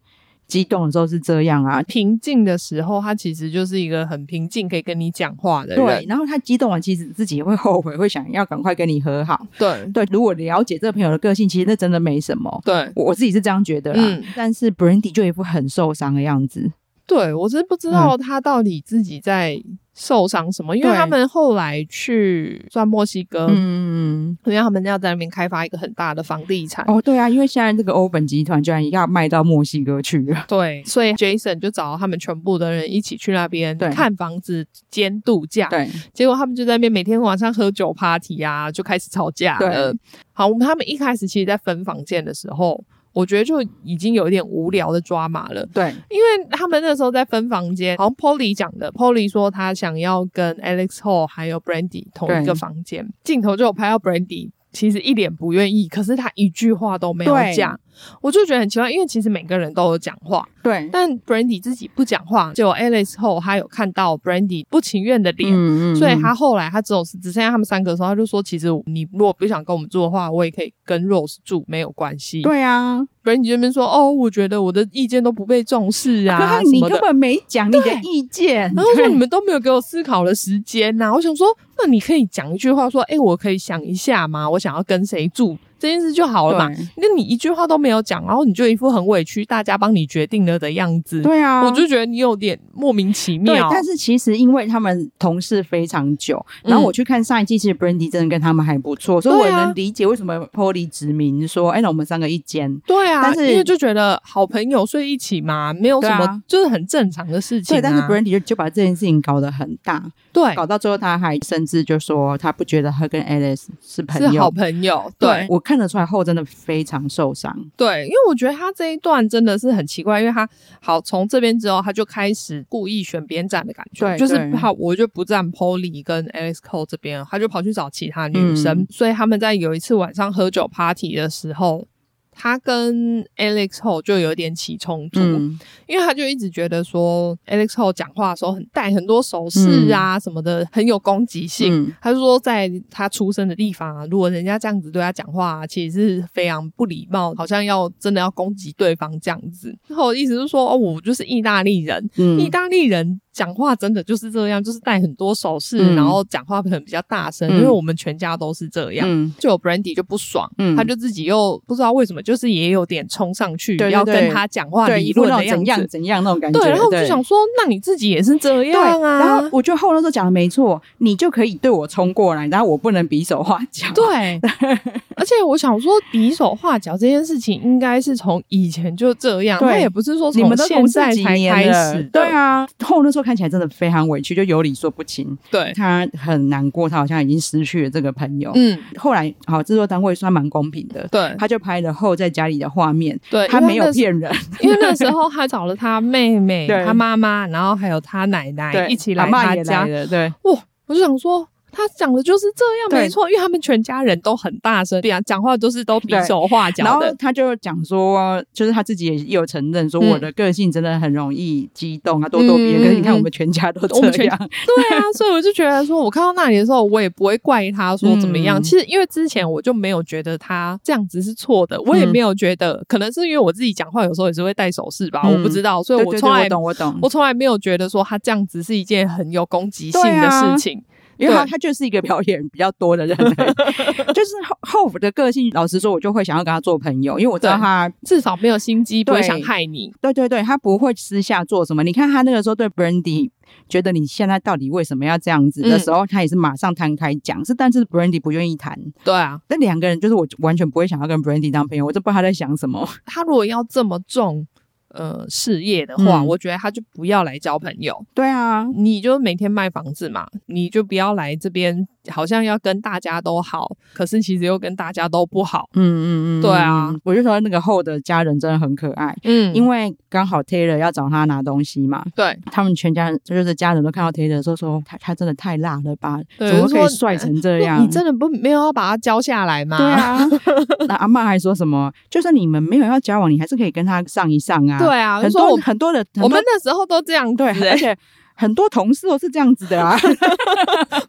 激动的时候是这样啊。
平静的时候，他其实就是一个很平静可以跟你讲话的
对，
人。
然后他激动完，其实自己会后悔，会想要赶快跟你和好。
对
对，如果了解这个朋友的个性，其实那真的没什么。
对
我我自己是这样觉得啦。
嗯
但是 Brandy 就有一副很受伤的样子。
对，我真不知道他到底自己在受伤什么，因为
对
他们后来去算墨西哥，
嗯，
因为他们要在那边开发一个很大的房地产。
哦，对啊，因为现在这个欧本集团居然要卖到墨西哥去了。
对，所以 Jason 就找他们全部的人一起去那边
对
看房子兼度假。
对，
结果他们就在那边每天晚上喝酒 party 啊，就开始吵架了。好，我们他们一开始其实，在分房间的时候，我觉得就已经有一点无聊的抓马了。
对，
因为他们那时候在分房间，好像 Polly 讲的，Polly 说他想要跟 Alex Hall 还有 Brandy 同一个
对
房间，镜头就有拍到 Brandy。其实一脸不愿意，可是他一句话都没有
对
讲，我就觉得很奇怪，因为其实每个人都有讲话，
对，
但 Brandy 自己不讲话，结果 Alice 后他有看到 Brandy 不情愿的脸，
嗯
所以他后来他只有只剩下他们三个的时候，他就说：“其实你如果不想跟我们住的话，我也可以跟 Rose 住，没有关系。”
对啊，
，Brandy 这边说：“哦，我觉得我的意见都不被重视
可
啊
他
什
你
么
根
的。”
本没讲你的意见，
然后说
对
你们都没有给我思考的时间呐、我想说，那你可以讲一句话说，哎、我可以想一下吗？我想要跟谁住这件事就好了嘛。
对
那你一句话都没有讲，然后你就一副很委屈，大家帮你决定了的样子。
对啊，
我就觉得你有点莫名其
对，
妙。
但是其实因为他们同事非常久，然后
嗯
我去看上一季，其实 Brandy 真的跟他们还不错，所以
对
我也
啊
能理解为什么 Polly 指明说，哎、那我们三个一间。
对啊，
但是
因为就觉得好朋友睡一起嘛，没有什
对
么，
啊
就是很正常的事情、
对，
啊。
但是 Brandy 就就把这件事情搞得很大，
对
搞到最后他还甚至就说他不觉得他跟 Alice 是朋
是
友。
好朋友，对
我看得出来后真的非常受伤。
对，因为我觉得他这一段真的是很奇怪，因为他好从这边之后，他就开始故意选边站的感觉，
对
就是
对
好，我就不站 Polly 跟 Alex Cole 这边，他就跑去找其他女生，
嗯
所以他们在有一次晚上喝酒 party 的时候，他跟 Alex Cole 就有点起冲突，
嗯，
因为他就一直觉得说 Alex Ho 讲话的时候很带很多手势啊什么的，很有攻击性。
嗯
他就说，在他出生的地方啊，如果人家这样子对他讲话、啊，其实是非常不礼貌，好像要真的要攻击对方这样子。然后我的意思是说，哦，我就是意大利人，
嗯
意大利人讲话真的就是这样，就是带很多手势，
嗯
然后讲话可能比较大声，
嗯
因为我们全家都是这样。
嗯，
就有 Brandy 就不爽，
嗯
他就自己又不知道为什么，就是也有点冲上去
对对
要跟
对
他讲话
对，
理
一副
论
那
的
种怎
样
样
子。
怎样那种感觉。
对，然后我就
对
想说，那你自己也是这样啊。
对，然后我觉得后那时候讲的没错，你就可以对我冲过来，然后我不能比手画脚。
对，啊而且我想说，比手画脚这件事情应该是从以前就这样，
对
他也不是说
你
从
们都
现
同事
在
几
才
年
开
了
始的。
对啊，后那时候看起来真的非常委屈，就有理说不清。
对，
他很难过，他好像已经失去了这个朋友。
嗯，
后来，好，制作单位算蛮公平的，
对
他就拍了后在家里的画面，
对，
他
因为
没有
那时
骗人，
因为那时候他找了他妹 妹、
对
他妈妈，然后还有他奶奶
对，
一起来
阿嬷
他
也
家
来。了，对
哇，我就想说。他讲的就是这样，
对
没错，因为他们全家人都很大声，对啊，讲话都是都比手画
然
脚
后
的，
他就讲说，就是他自己也有承认说，
嗯
我的个性真的很容易激动啊，咄咄逼
嗯
人。可是你看，
嗯
我们全家都
我们
这
全
样，
对啊，所以我就觉得说，我看到那里的时候，我也不会怪他说怎么样。
嗯
其实因为之前我就没有觉得他这样子是错的，我也
嗯
没有觉得，可能是因为我自己讲话有时候也是会带手势吧，
嗯
我不知道，所以
对
我
对
从
对
来
我懂，我懂，
我从来没有觉得说他这样子是一件很有攻击性
对
的
啊
事情。
因为他
对
他就是一个表演比较多的人而已， 就是后后的个性，老实说，我就会想要跟他做朋友，因为我知道
对
他。
至少没有心机，不会
对
想害你。
对对对，他不会私下做什么。你看他那个时候对 Brandy 觉得你现在到底为什么要这样子的
嗯
时候，他也是马上摊开讲。是，但是 Brandy 不愿意谈。
对啊，
那两个人就是我完全不会想要跟 Brandy 当朋友，我都不知道他在想什么。
他如果要这么重呃事业的话，
嗯
我觉得他就不要来交朋友。
对啊，
你就每天卖房子嘛，你就不要来这边，好像要跟大家都好，可是其实又跟大家都不好。
嗯嗯嗯，
对啊
嗯，我就说那个后的家人真的很可爱，
嗯
因为刚好 Taylor 要找他拿东西嘛，
对，
他们全家人就是家人都看到 Taylor 的时候说他他真的太辣了吧，
对
怎么可
就
以
说
帅成这
那
样？
你真的不没有要把它交下来吗？
啊对，啊，那阿嬷还说什么？就算你们没有要交往，你还是可以跟他上一上啊。
对啊，
很
就说
多
我
很多的，很多
我们那时候都这样子、
对，而
欸，
且很多同事都是这样子的啊。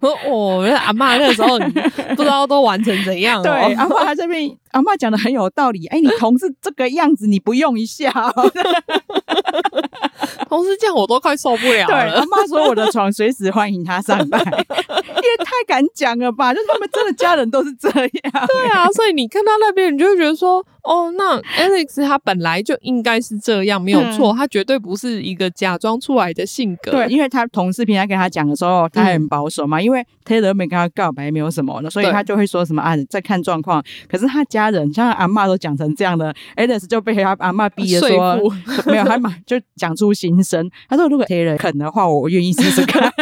我我的阿嬷那时候 不知道都玩成怎样了、哦
对，啊阿嬷她这边阿嬷讲的很有道理。哎，你同事这个样子，你不用一下哦、
同事这样我都快受不了
对，
了
阿。妈说我的床随时欢迎他上来， 也太敢讲了吧？就是他们真的家人都是这样。
对 啊，所以你看到那边，你就会觉得说，哦，那 Alex 他本来就应该是这样，没有错，他绝对不是一个假装出来的性格。
嗯对，因为他同事平常跟他讲的时候，他还很保守嘛，因为 Taylor 没跟他告白，没有什么的，所以
嗯对
他就会说什么啊，再看状况。可是他家人像阿嬷都讲成这样了，Alice 就被他阿嬷逼着说
说，
没有，他马就讲出心声，他说如果 Taylor 肯的话，我愿意试试看。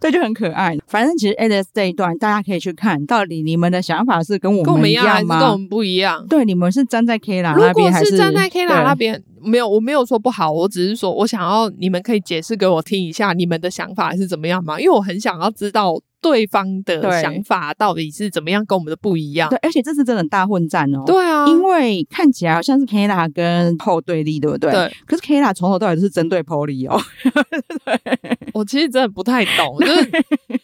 对，就很可爱。反正其实 Alice 这一段大家可以去看，到底你们的想法是跟我
跟我
们
们一
一
样还
样
是
吗？
跟我们不一样？
对，你们是站在 K 拉
如
那边
果
还
是站在 K 拉那
对
边，没有，我没有说不好，我只是说我想要你们可以解释给我听一下你们的想法是怎么样嘛，因为我很想要知道对方的
对
想法到底是怎么样，跟我们的不一样。
对，而且这次真的大混战哦。。
对啊，
因为看起来好像是 k 拉跟 Paul 对立，对不对？。
对
可是 k 拉从头到尾都是针对 Polly 哦。
我其实真的不太懂， 就是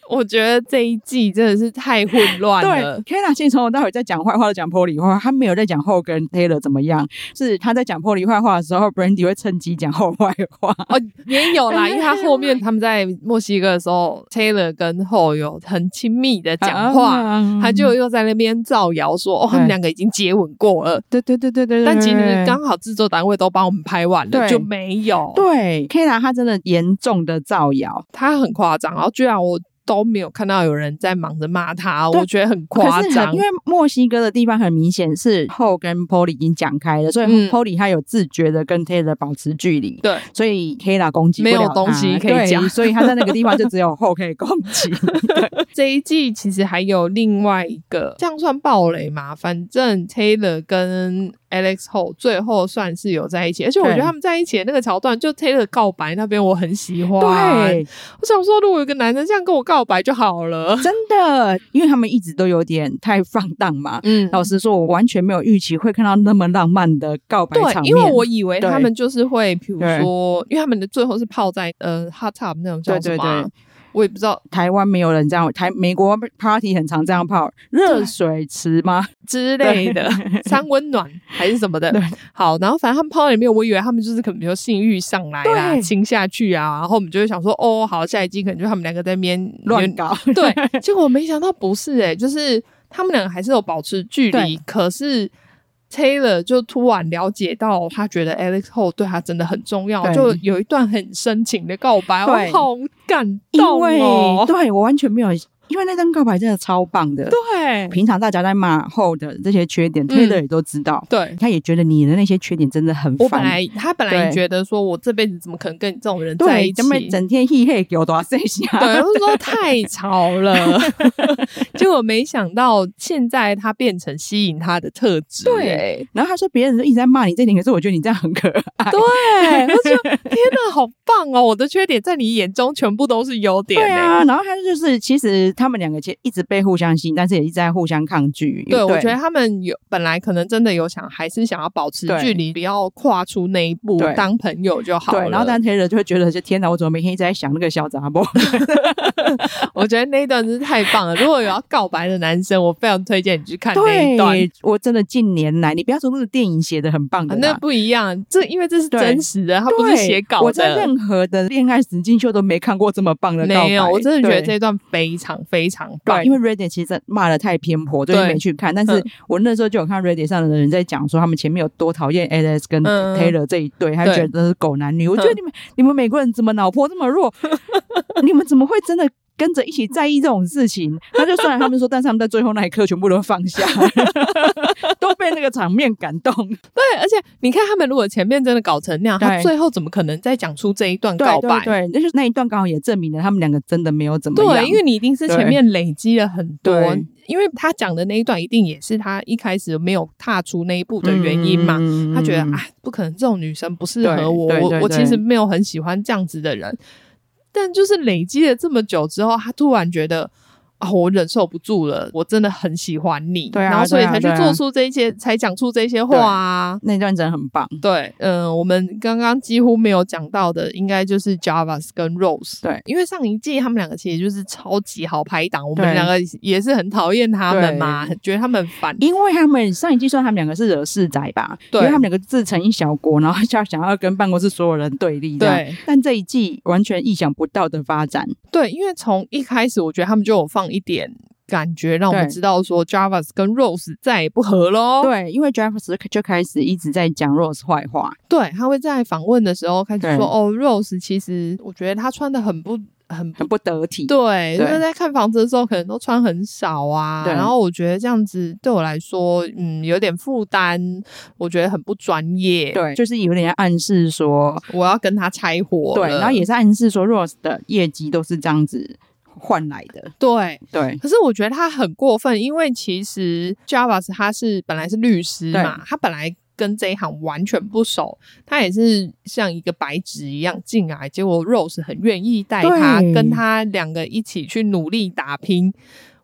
我觉得这一季真的是太混乱了
对。k 拉其实从头到尾在讲坏话都讲 Polly 坏话，他没有在讲后跟 Taylor 怎么样，是他在讲 Polly 坏话的时候，Brandy 会趁机讲后坏话。
哦，也有
哎
啦，因为他后面他们在墨西哥的时候，Taylor 跟后有很亲密的讲话，
啊
他就又在那边造谣说，哦，他们
对
两个已经接吻过了。
对对对对对对，
但其实
对
刚好制作单位都帮我们拍完了，
对
就没有。，
对 k 拉他真的严重的造谣，
他很夸张，然后居然我都没有看到有人在忙着骂他，
对
我觉得很夸
可是
张
很，因。为墨西哥的地方很明显是后跟 Polly 已经讲开了，所以
嗯
Polly 他有自觉的跟 Taylor 保持距离。
对，
所以 K 拉攻击不
没有
了他
东西可以
对
讲
所以他在那个地方就只有后可以攻击。
这一季其实还有另外一个，这样算暴雷嘛？反正 Taylor 跟 Alex Ho 最后算是有在一起，而且我
对
觉得他们在一起的那个桥段，就 Taylor 告白那边我很喜欢。，
对，
我想说，如果有个男生这样跟我告白就好了。
真的，因为他们一直都有点太放荡嘛。
嗯
老实说，我完全没有预期会看到那么浪漫的告白场面。
对，因为我以为
对
他们就是会，比如
对
说，因为他们的最后是泡在呃 hot tub 那种叫
对
什
对
么啊、
对，
我也不知道
台湾没有人这样，台美国 party 很常这样泡热水池吗？
之类 的，三温暖还是什么的
对。
好，然后反正他们泡在里面，我以为他们就是可能比如性欲上来啦，
对
亲下去啊，然后我们就会想说，哦，好，下一季可能就他们两个在那边
乱。搞，
对， 结果没想到不是诶、就是他们两个还是有保持距离，可是。Taylor 就突然了解到，他觉得 Alex Ho 对他真的很重要，
对
就有一段很深情的告白，
对
我好感
因
动
为、
哦！
对我完全没有，因为那张告白真的超棒的。
对
平常大家在骂后的这些缺点、
嗯
t a y l o r 也都知道，
对，
他也觉得你的那些缺点真的很
我本
烦。
来他本来
对
觉得说我这辈子怎么可能跟你这种人在
对，
一起
怎？么整天嘿嘿给我多少岁
对，
下？
我就说太吵了， 结果没想到现在他变成吸引他的特质、欸，
然后他说别人都一直在骂你这点，可是我觉得你这样很可爱。
对，哎我就 觉得天哪，好棒哦！我的缺点在你眼中全部都是优点、
对
欸，
啊，然后他就是其实他们两个其实一直被互相吸引，但是也一直在互相抗拒。
对，我觉得他们有本来可能真的有想，还是想要保持
对
距离，不要跨出那一步
对，
当朋友就好了。
对，然后但 Taylor 就会觉得，天哪，我怎么每天一直在想那个小杂包？
我觉得那一段真是太棒了。如果有要告白的男生，我非常推荐你去看那一段。
对，我真的近年来，你不要说那个电影写的很棒
啊
的、
那
啦。
不一样，这因为这是
对
真实的，他
对
不是写稿的。
我在任何的恋爱实境秀都没看过这么棒的告白。
没有，我真的觉得
对
这一段非常非常棒
对，。因为 Reddit 其实骂的太偏颇，所以
对
没去看。但是
嗯
我那时候就有看 Reddit 上的人在讲说，他们前面有多讨厌 Alex 跟
嗯
Taylor 这一对，他
对嗯
觉得这是狗男女。我觉得你们你们美国人怎么脑波这么弱？ 你们怎么会真的？跟着一起在意这种事情，他就虽然他们说，但是他们在最后那一刻全部都放下， 都被那个场面感动。
对，而且你看他们如果前面真的搞成那样，他
对
最后怎么可能再讲出这一段
对
告
对
白？
对，那就是那一段刚好也证明了他们两个真的没有怎么样。
对，因为你一定是前面累积了很多
对，
因为他讲的那一段一定也是他一开始没有踏出那一步的原因嘛。
嗯
他觉得
嗯嗯
哎，不可能，这种女生不适
对
合我，
对
我
对
我
对
其实没有很喜欢这样子的人。但就是累积了这么久之后，他突然觉得啊、我忍受不住了，我真的很喜欢你，
对啊
然后所以
对啊
才去
对啊
做出这些，才讲出这些话啊。
那段真的很棒。
对，嗯、我们刚刚几乎没有讲到的，应该就是 Javas 跟 Rose。
对
因为上一季他们两个其实就是超级好拍档，我们
对
两个也是很讨厌他们嘛，觉得他们很烦。
因为他们上一季算他们两个是惹事仔吧，
对
因为他们两个自成一小国，然后 就想要跟办公室所有人对立。这样
对，
但这一季完全意想不到的发展，
对，因为从一开始我觉得他们就有放一点感觉，让我们
对
知道说 Javas 跟 Rose 再也不合喽。
对，因为 Jeffers 就开始一直在讲 Rose 坏话，
对，他会在访问的时候开始
对
说：“哦，Rose 其实我觉得她穿的很不很不
很不得体。
对，因
对
为在看房子的时候可能都穿很少啊，
对
然后我觉得这样子对我来说，嗯，有点负担，我觉得很不专业。，
对，就是有点暗示说，
我要跟他拆伙了。
对，然后也是暗示说 Rose 的业绩都是这样子。换来的。
对，
对，
可是我觉得他很过分，因为其实 Javas 他是本来是律师嘛，他本来跟这一行完全不熟，他也是像一个白纸一样进来，结果 Rose 很愿意带他，
对
跟他两个一起去努力打拼。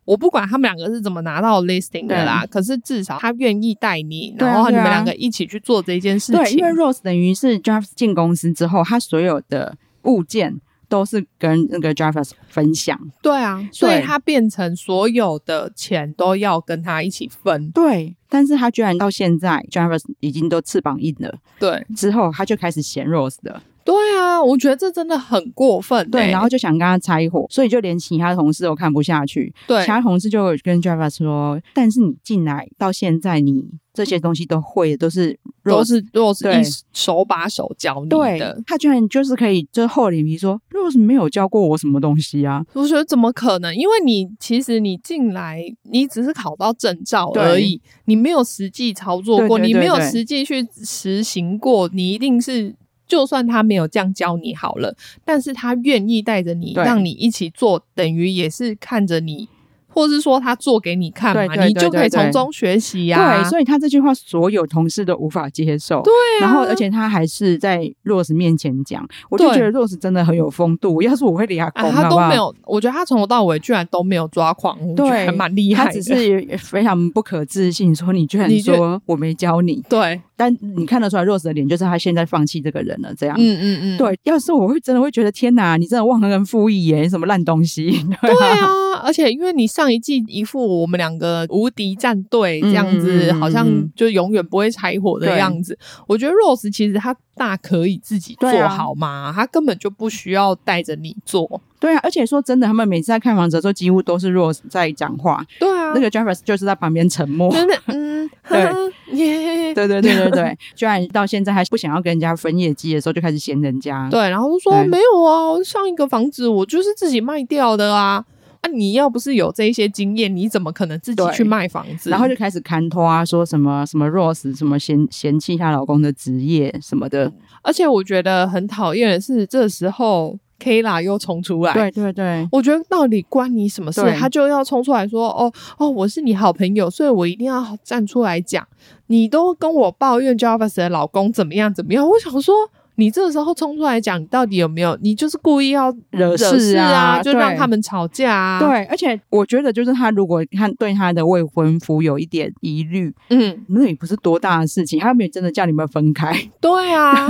我不管他们两个是怎么拿到 listing 的啦，可是至少他愿意带你，
对啊
然后你们
对啊
两个一起去做这件事
对，
情。
因为 Rose 等于是 Jarvis 进公司之后，他所有的物件都是跟那个 Jarvis 分享。
对啊，所以
对
他变成所有的钱都要跟他一起分。
对，但是他居然到现在，Jarvis 已经都翅膀硬了，
对，
之后他就开始嫌 Rose 的，
对啊，我觉得这真的很过分欸、
对，然后就想跟他拆伙，所以就连其他同事都看不下去，
对
其他同事就有跟 Jarvis 说：“但是你进来到现在，你这些东西都会，都是 Rose
都是都是
对
一手把手教你
对
的。
他居然就是可以就是厚脸皮说 Rose 没有教过我什么东西啊，
我觉得怎么可能？因为你其实你进来，你只是考到证照而已，你没有实际操作过，
对对对
你没有
对
实际去实行过，你一定是。就算他没有这样教你好了，但是他愿意带着你，
对
让你一起做，等于也是看着你，或是说他做给你看嘛，
对对
你
对
就可
对
以
对
从中学习呀、
对，所以他这句话所有同事都无法接受。
对啊
然后，而且他还是在 Rose 面前讲，我就
对
觉得 Rose 真的很有风度。要是我会理他
啊，
公，
他
好
都
不好
没有，我觉得他从头到尾居然都没有抓狂，我觉得
对
还蛮厉害
他
的。
只是非常不可置信，说你居然
你居
说我没教你，
对，
但你看得出来 Rose 的脸就是他现在放弃这个人了，这样。
嗯嗯嗯，
对，要是我会真的会觉得天哪，你真的忘恩负义耶，你什么烂东西？ 对
对啊，而且因为你上一季一副我们两个无敌战队这样子，
嗯嗯嗯嗯
好像就永远不会柴火的
对
样子。我觉得 Rose 其实她大可以自己
对
做
啊
好嘛，她根本就不需要带着你做。
对啊，而且说真的，他们每次在看房子的时候，几乎都是 Rose 在讲话，
对啊
那，个 Jarvis 就是在旁边沉默。
真的，嗯，
对
呵呵 耶，
对对对对对，居然到现在还不想要跟人家分业绩的时候，就开始嫌人家。
对，然后就说
啊对
没有啊，上一个房子我就是自己卖掉的啊。啊，你要不是有这一些经验，你怎么可能自己
对
去卖房子？
然后就开始看拖啊，说什么什么 Rose 什么嫌嫌弃她老公的职业什么的。
而且我觉得很讨厌的是，这时候 Kla 又冲出来，
对对对
我觉得到底关你什么事？
对
他就要冲出来说：“哦哦，我是你好朋友，所以我一定要站出来讲。你都跟我抱怨 Jarvis 的老公怎么样怎么样？”我想说，你这时候冲出来讲，你到底有没有？你就是故意要
惹事啊
事啊，就
对
让他们吵架啊？，
对，而且我觉得就是她如果看对她的未婚夫有一点疑虑，
嗯，
那也不是多大的事情，她又没有真的叫你们分开。
对 啊，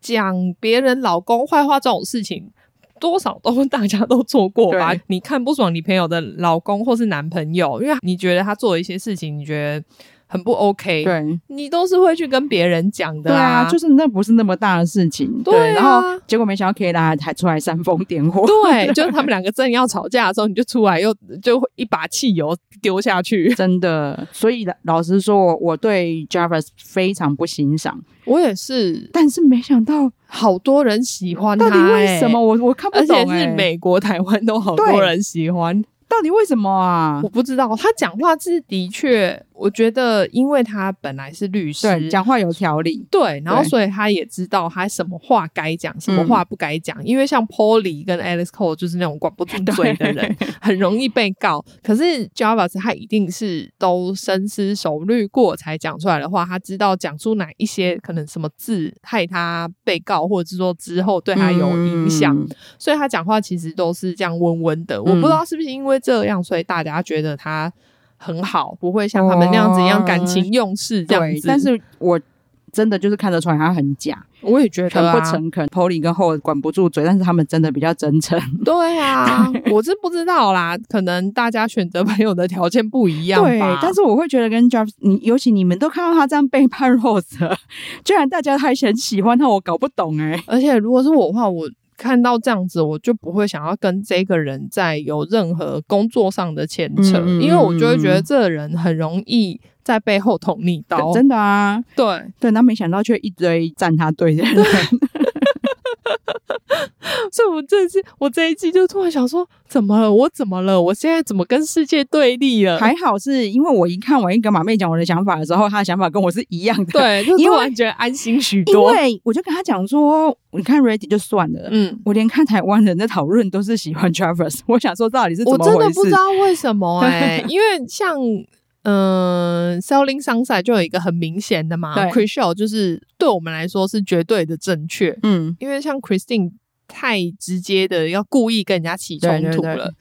讲别人老公坏话这种事情。多少都大家都做过吧
对？
你看不爽你朋友的老公或是男朋友，因为你觉得他做了一些事情，你觉得很不 OK，
对。啊
你都是会去跟别人讲的、
对啊， 就是是那不是那么大的事情，
对啊
然后结果没想到 K 拉还出来煽风点火，
对，就是他们两个正要吵架的时候，你就出来又就会一把汽油丢下去。
真的。所以老老实说，我我对 Jarvis 非常不欣赏，
我也是，
但是没想到
好多人喜欢他、
到底为什么
欸？
我我看不
而
懂、
且
欸，
是美国、台湾都好多
对
人喜欢，
到底为什么啊
我？不知道他讲话是的确，我觉得因为他本来是律师，
对，讲话有条理，
对，然后
对嗯
所以他也知道他什么话该讲，什么话不该讲。因为像 Polly 跟 Alice Cole 就是那种管不住 嘴的人，很容易被告。可是 Javas 他一定是都深思熟虑过才讲出来的话，他知道讲出哪一些可能什么字害他被告，或者是说之后对他有影响，
嗯
所以他讲话其实都是这样温温的。我不知道是不是因为这样，所以大家觉得他。很好，不会像他们那样子一样
哦
感情用事这样
对
子。，
但是我。真的就是看得出来他很假，
我也觉得、
很
啊、
不诚恳。Polly 跟 Ho 管不住嘴，但是他们真的比较真诚。
对啊，我是不知道啦，可能大家选择朋友的条件不一样 吧。
对，但是我会觉得跟 Jarvis，你尤其你们都看到他这样背叛 Rose，了 居然大家还很喜欢他，我搞不懂哎、
而且如果是我的话，我看到这样子，我就不会想要跟这个人再有任何工作上的牵扯，
嗯嗯嗯
因为我就会觉得这个人很容易在背后捅你刀。
真的啊，
对，
对，那没想到却一堆站他队的人，
所以我这次我这一季就突然想说，怎么了？我怎么了？我现在怎么跟世界对立了？
还好是因为我一看我一跟马妹讲我的想法的时候，她的想法跟我是一样的。
对， 就
因
突
为
然觉得安心许
因
多。
为我就跟她讲说，你看 Ready 就算了，
嗯，
我连看台湾人在讨论都是喜欢 Travers，我想说到底是怎
我
么
真的
回
不
事
知道为什 么哎、因为像嗯、呃 Selling Sunset 就有一个很明显的嘛
对
c r i s h a l 就是对我们来说是绝对的正确，
嗯，
因为像 Christine 太直接的要故意跟人家起冲
对对
突了。
对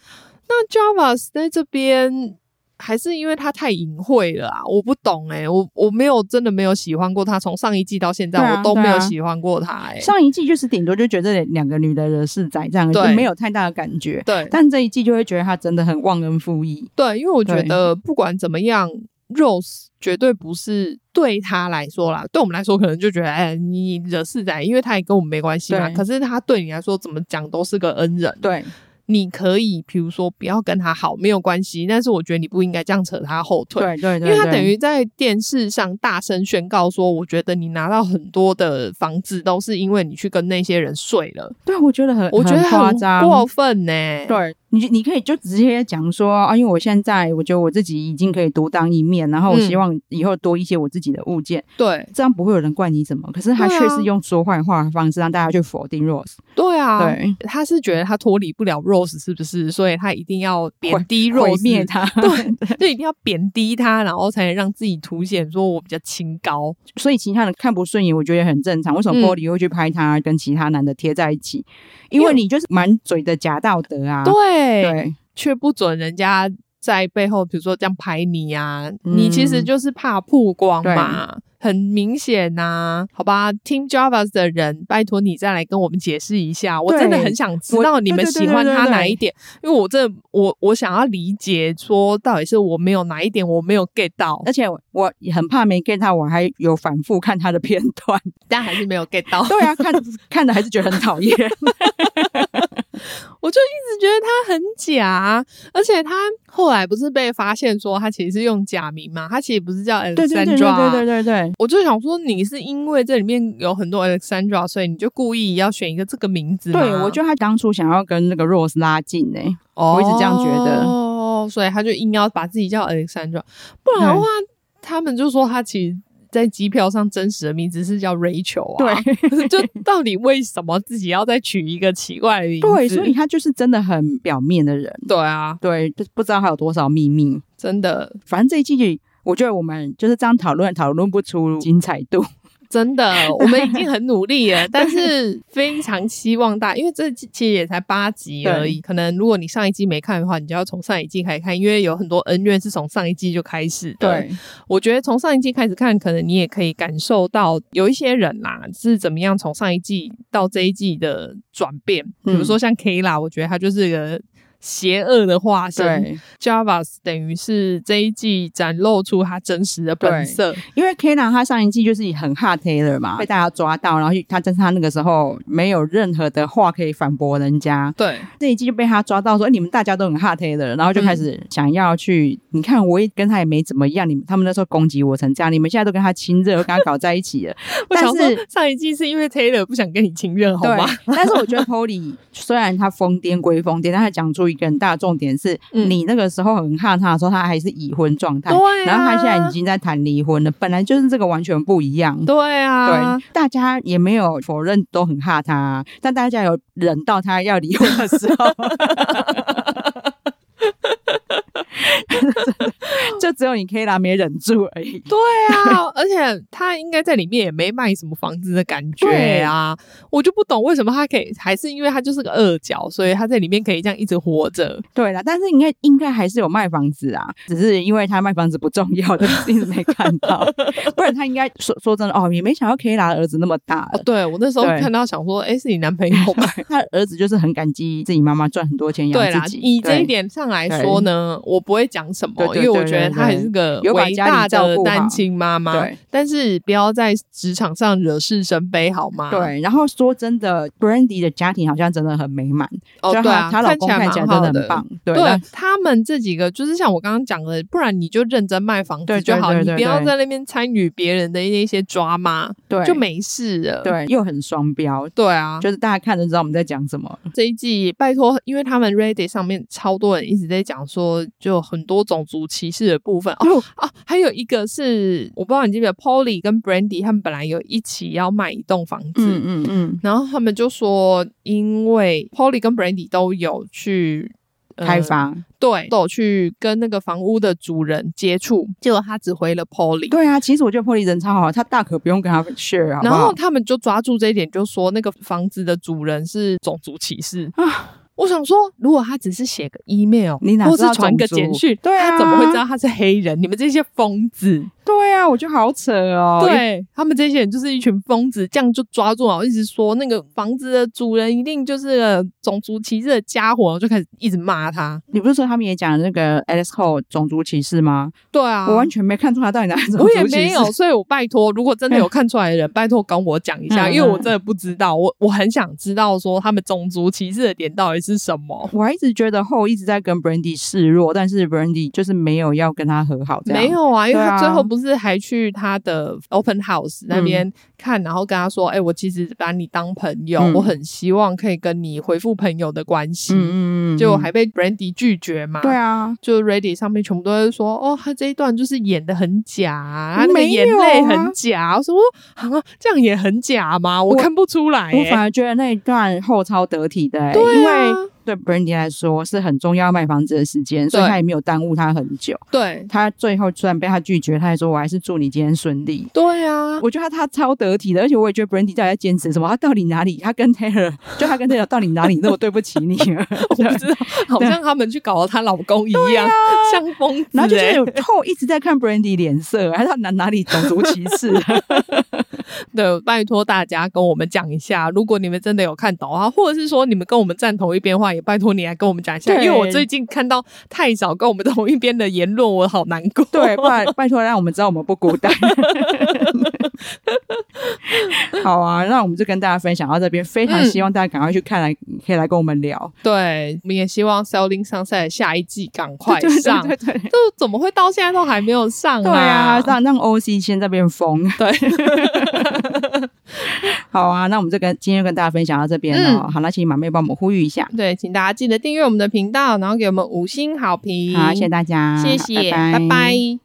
那 Javas 在这边还是因为他太隐晦了啊，我不懂哎、我我没有真的没有喜欢过他，从上一季到现在、
对啊
我都没
对
有
啊
喜欢过他哎、
上一季就是顶多就觉得两个女的惹事仔这样，就
对
没有太大的感觉。
对
但这一季就会觉得她真的很忘恩负义。
对，因为我觉
对
得不管怎么样，Rose 绝对不是对他来说啦，对我们来说可能就觉得哎，你惹事仔，因为他也跟我们没关系嘛。
对
可是他对你来说怎么讲都是个恩人，啊
对，
你可以比如说不要跟他好没有关系，但是我觉得你不应该这样扯他后腿。
对对对，
因为他
对
等于在电视上大声宣告说，我觉得你拿到很多的房子都是因为你去跟那些人睡了，
对我觉得很
我觉得
很夸
很
张，
过分呢、，
对你就，你可以就直接讲说啊，因为我现在我觉得我自己已经可以独当一面，然后我
嗯
希望以后多一些我自己的物件，
对
这样不会有人怪你什么。可是他
对啊
却是用说坏话的方式让大家去否定 Rose，
对啊，
对，
他是觉得他脱离不了 Rose 是不是？所以他一定要贬低 Rose，
毁灭他。
对， 就一定要贬低他，然后才能让自己凸显说我比较清高。
所以其他人看不顺眼，我觉得也很正常。为什么
嗯
玻璃会去拍他跟其他男的贴在一起？因
因
为
为
你就是满嘴的假道德啊。
对，
对
却不准人家在背后，比如说这样拍你啊，你其实就是怕曝光嘛。很明显呐、好吧，Team Javas 的人，拜托你再来跟我们解释一下，我
对
真的很想知道
我
你们
对对
喜
对
欢
对对
他
对
哪一点，因为我这我我想要理解说到底是我没有哪一点我没有 get 到，
而且我我也很怕没 get 到，我还有反复看他的片段。
但还是没有 get 到。
对啊，看看的还是觉得很讨厌。
我就一直觉得他很假，而且他后来不是被发现说他其实是用假名嘛，他其实不是叫 Alexandra，
对对对对对对对对。
我就想说，你是因为这里面有很多 Alexandra，所以你就故意要选一个这个名字吗
对，我觉得他当初想要跟那个 Rose 拉近欸呢、我一直这样觉得
哦，所以他就硬要把自己叫 Alexandra，不然的话，他们就说他其实。在机票上真实的名字是叫 Rachel 啊，对， 就到底为什么自己要再取一个奇怪的名字？
对，所以他就是真的很表面的人，
对啊，
对，就不知道他有多少秘密。
真的
反正这一季，我觉得我们就是这样讨论，讨论不出精彩度。
真 的，我们已经很努力了，但是非常希望大，因为这季其实也才八集而已。可能如果你上一季没看的话，你就要从上一季开始看，因为有很多恩怨是从上一季就开始的。，我觉得从上一季开始看，可能你也可以感受到有一些人啦、是怎么样从上一季到这一季的转变。
嗯
比如说像 K 啦，我觉得他就是个邪恶的化身
对，
，Javas 等于是这一季展露出他真实的本
对
色。
因为 Kena 他上一季就是很 hard Taylor 嘛，被大家抓到，然后他但是他那个时候没有任何的话可以反驳人家，
对，
这一季就被他抓到说、哎你们大家都很 hard Taylor，然后就
嗯
开始想要去，你看我也跟他也没怎么样，你们他们那时候攻击我成这样，你们现在都跟他亲热，跟他搞在一起了，
我
但
想
是
说上一季是因为 Taylor 不想跟你亲热，好
对，
吗？
但是我觉得 Polly 虽然他疯癫归疯癫，但他讲出一个很大的重点是，
嗯
你那个时候很怕他的时候，他还是已婚状态，
对啊
然后他现在已经在谈离婚了，本来就是这个完全不一样。
对啊
对，，大家也没有否认都很怕他，啊但大家有忍到他要离婚的时 候， 就只有你 K 啦没忍住而已。
对 啊，而且他应该在里面也没卖什么房子的感觉啊，我就不懂为什么他可以，还是因为他就是个恶角，所以他在里面可以这样一直活着。
对啦，但是应该应该还是有卖房子啊，只是因为他卖房子不重要的， 一直没看到，不然他应该说说真的哦，也没想到 K 拉的儿子那么大
哦
了，。
对我那时候
对
看到想说，哎，是你男朋友 吗？
他的儿子就是很感激自己妈妈赚很多钱
对
养
啦
自，己，
以这
对
一点上来说呢，我不会讲什么，
对对
因为我觉得她还是个
有把
伟
家里
大
照
的
顾好
单亲妈妈
对，
但是不要在职场上惹是生非，好吗？，
对，然后说真的，Brandy 的家庭好像真的很美满，
哦
就
对啊，
她她老公看
看
起来真
蛮好
的
的
很。棒，对
对他们这几个，就是像我刚刚讲的，不然你就认真卖房
对
子就
对
好，
对
你
对
不要
对
在那边参与别人的一些抓嘛，
对，
就没事了。
对，又很双标，
对啊，
就是大家看就知道我们在讲什么。
这一季拜托，因为他们 Reddit 上面超多人一直在讲说，就很多种族歧视的部分 哦
哦，
啊，还有一个是我不知道你记不记得 Polly 跟 Brandy 他们本来有一起要卖一栋房子，
嗯嗯嗯，
然后他们就说，因为 Polly 跟 Brandy 都有去。呃
开发，
对，都有去跟那个房屋的主人接触，结果他只回了 Polly，
对啊，其实我觉得破例人超好，他大可不用跟他 share，好不
然
好
后？他们就抓住这一点，就说那个房子的主人是种族歧视
啊
啊。我想说，如果他只是写个 email，
你哪
或
知道
是传个
种族
简讯，
对啊
他怎么会知道他是黑人？你们这些疯子，
对啊，我觉得好扯哦。
对他们这些人就是一群疯子，这样就抓住了，我一直说那个房子的主人一定就是个种族歧视的家伙，我就开始一直骂他。
你不是说他们也讲那个 Alex Cole 种族歧视吗？
对啊，
我完全没看出他到底哪里种
我也
族歧
没
视。
有，所以我拜托，如果真的有看出来的人，拜托跟我讲一下，
嗯
因为我真的不知道，我我很想知道说他们种族歧视的点到底是什么。
我还一直觉得后一直在跟 Brandy 示弱，但是 Brandy 就是没有要跟他和好，这样
没有啊，因为
对啊嗯
他最后不是还去他的 open house 那边看，然后跟他说：“哎、我其实把你当朋友，
嗯
我很希望可以跟你恢复朋友的关
嗯，
系。
嗯嗯嗯，
结果还被 Brandy 拒绝嘛。
对啊，
就 Ready 上面全部都在说，哦，他这一段就是演的很假啊，他那个
没有
眼
啊
泪很假。我说啊，这样也很假吗？我
我
看不出来、
我反
欸。
而觉得那一段后超得体的、欸，
对啊
因为对 Brandy 来说是很重要卖房子的时间，所以
对
他也没有耽误他很久。
对
他最后虽然被他拒绝，他还说我还是祝你今天顺利。
对啊，
我觉得他他超得体的，而且我也觉得 Brandy 到底在坚持什么？他到底哪里？他跟 Taylor 就他跟 Taylor 到底哪里那么对不起你了？
我不知道，好像他们去搞了她老公一样，像疯子、欸。
啊然后就是有后一直在看 Brandy 脸色，还是他哪哪里种族歧视？
对，拜托大家跟我们讲一下，如果你们真的有看懂啊，或者是说你们跟我们站同一边的话，也拜托你来跟我们讲一下，
对
因为我最近看到太少跟我们同一边的言论，我好难过。
对，拜拜托让我们知道我们不孤单。 好啊，那我们就跟大家分享到这边，非常
嗯
希望大家赶快去看来，可以来跟我们聊。
对，我们也希望《Selling Sunset》下一季赶快
对对
上。
对对对
就怎么会到现在都还没有上
对啊，让让 OC 先在边疯。
对，
好啊，那我们就跟今天就跟大家分享到这边了。
嗯
好，那请马妹帮我们呼吁一下。
对，请大家记得订阅我们的频道，然后给我们五星好评。
好，谢谢大家，
谢谢，
拜
拜拜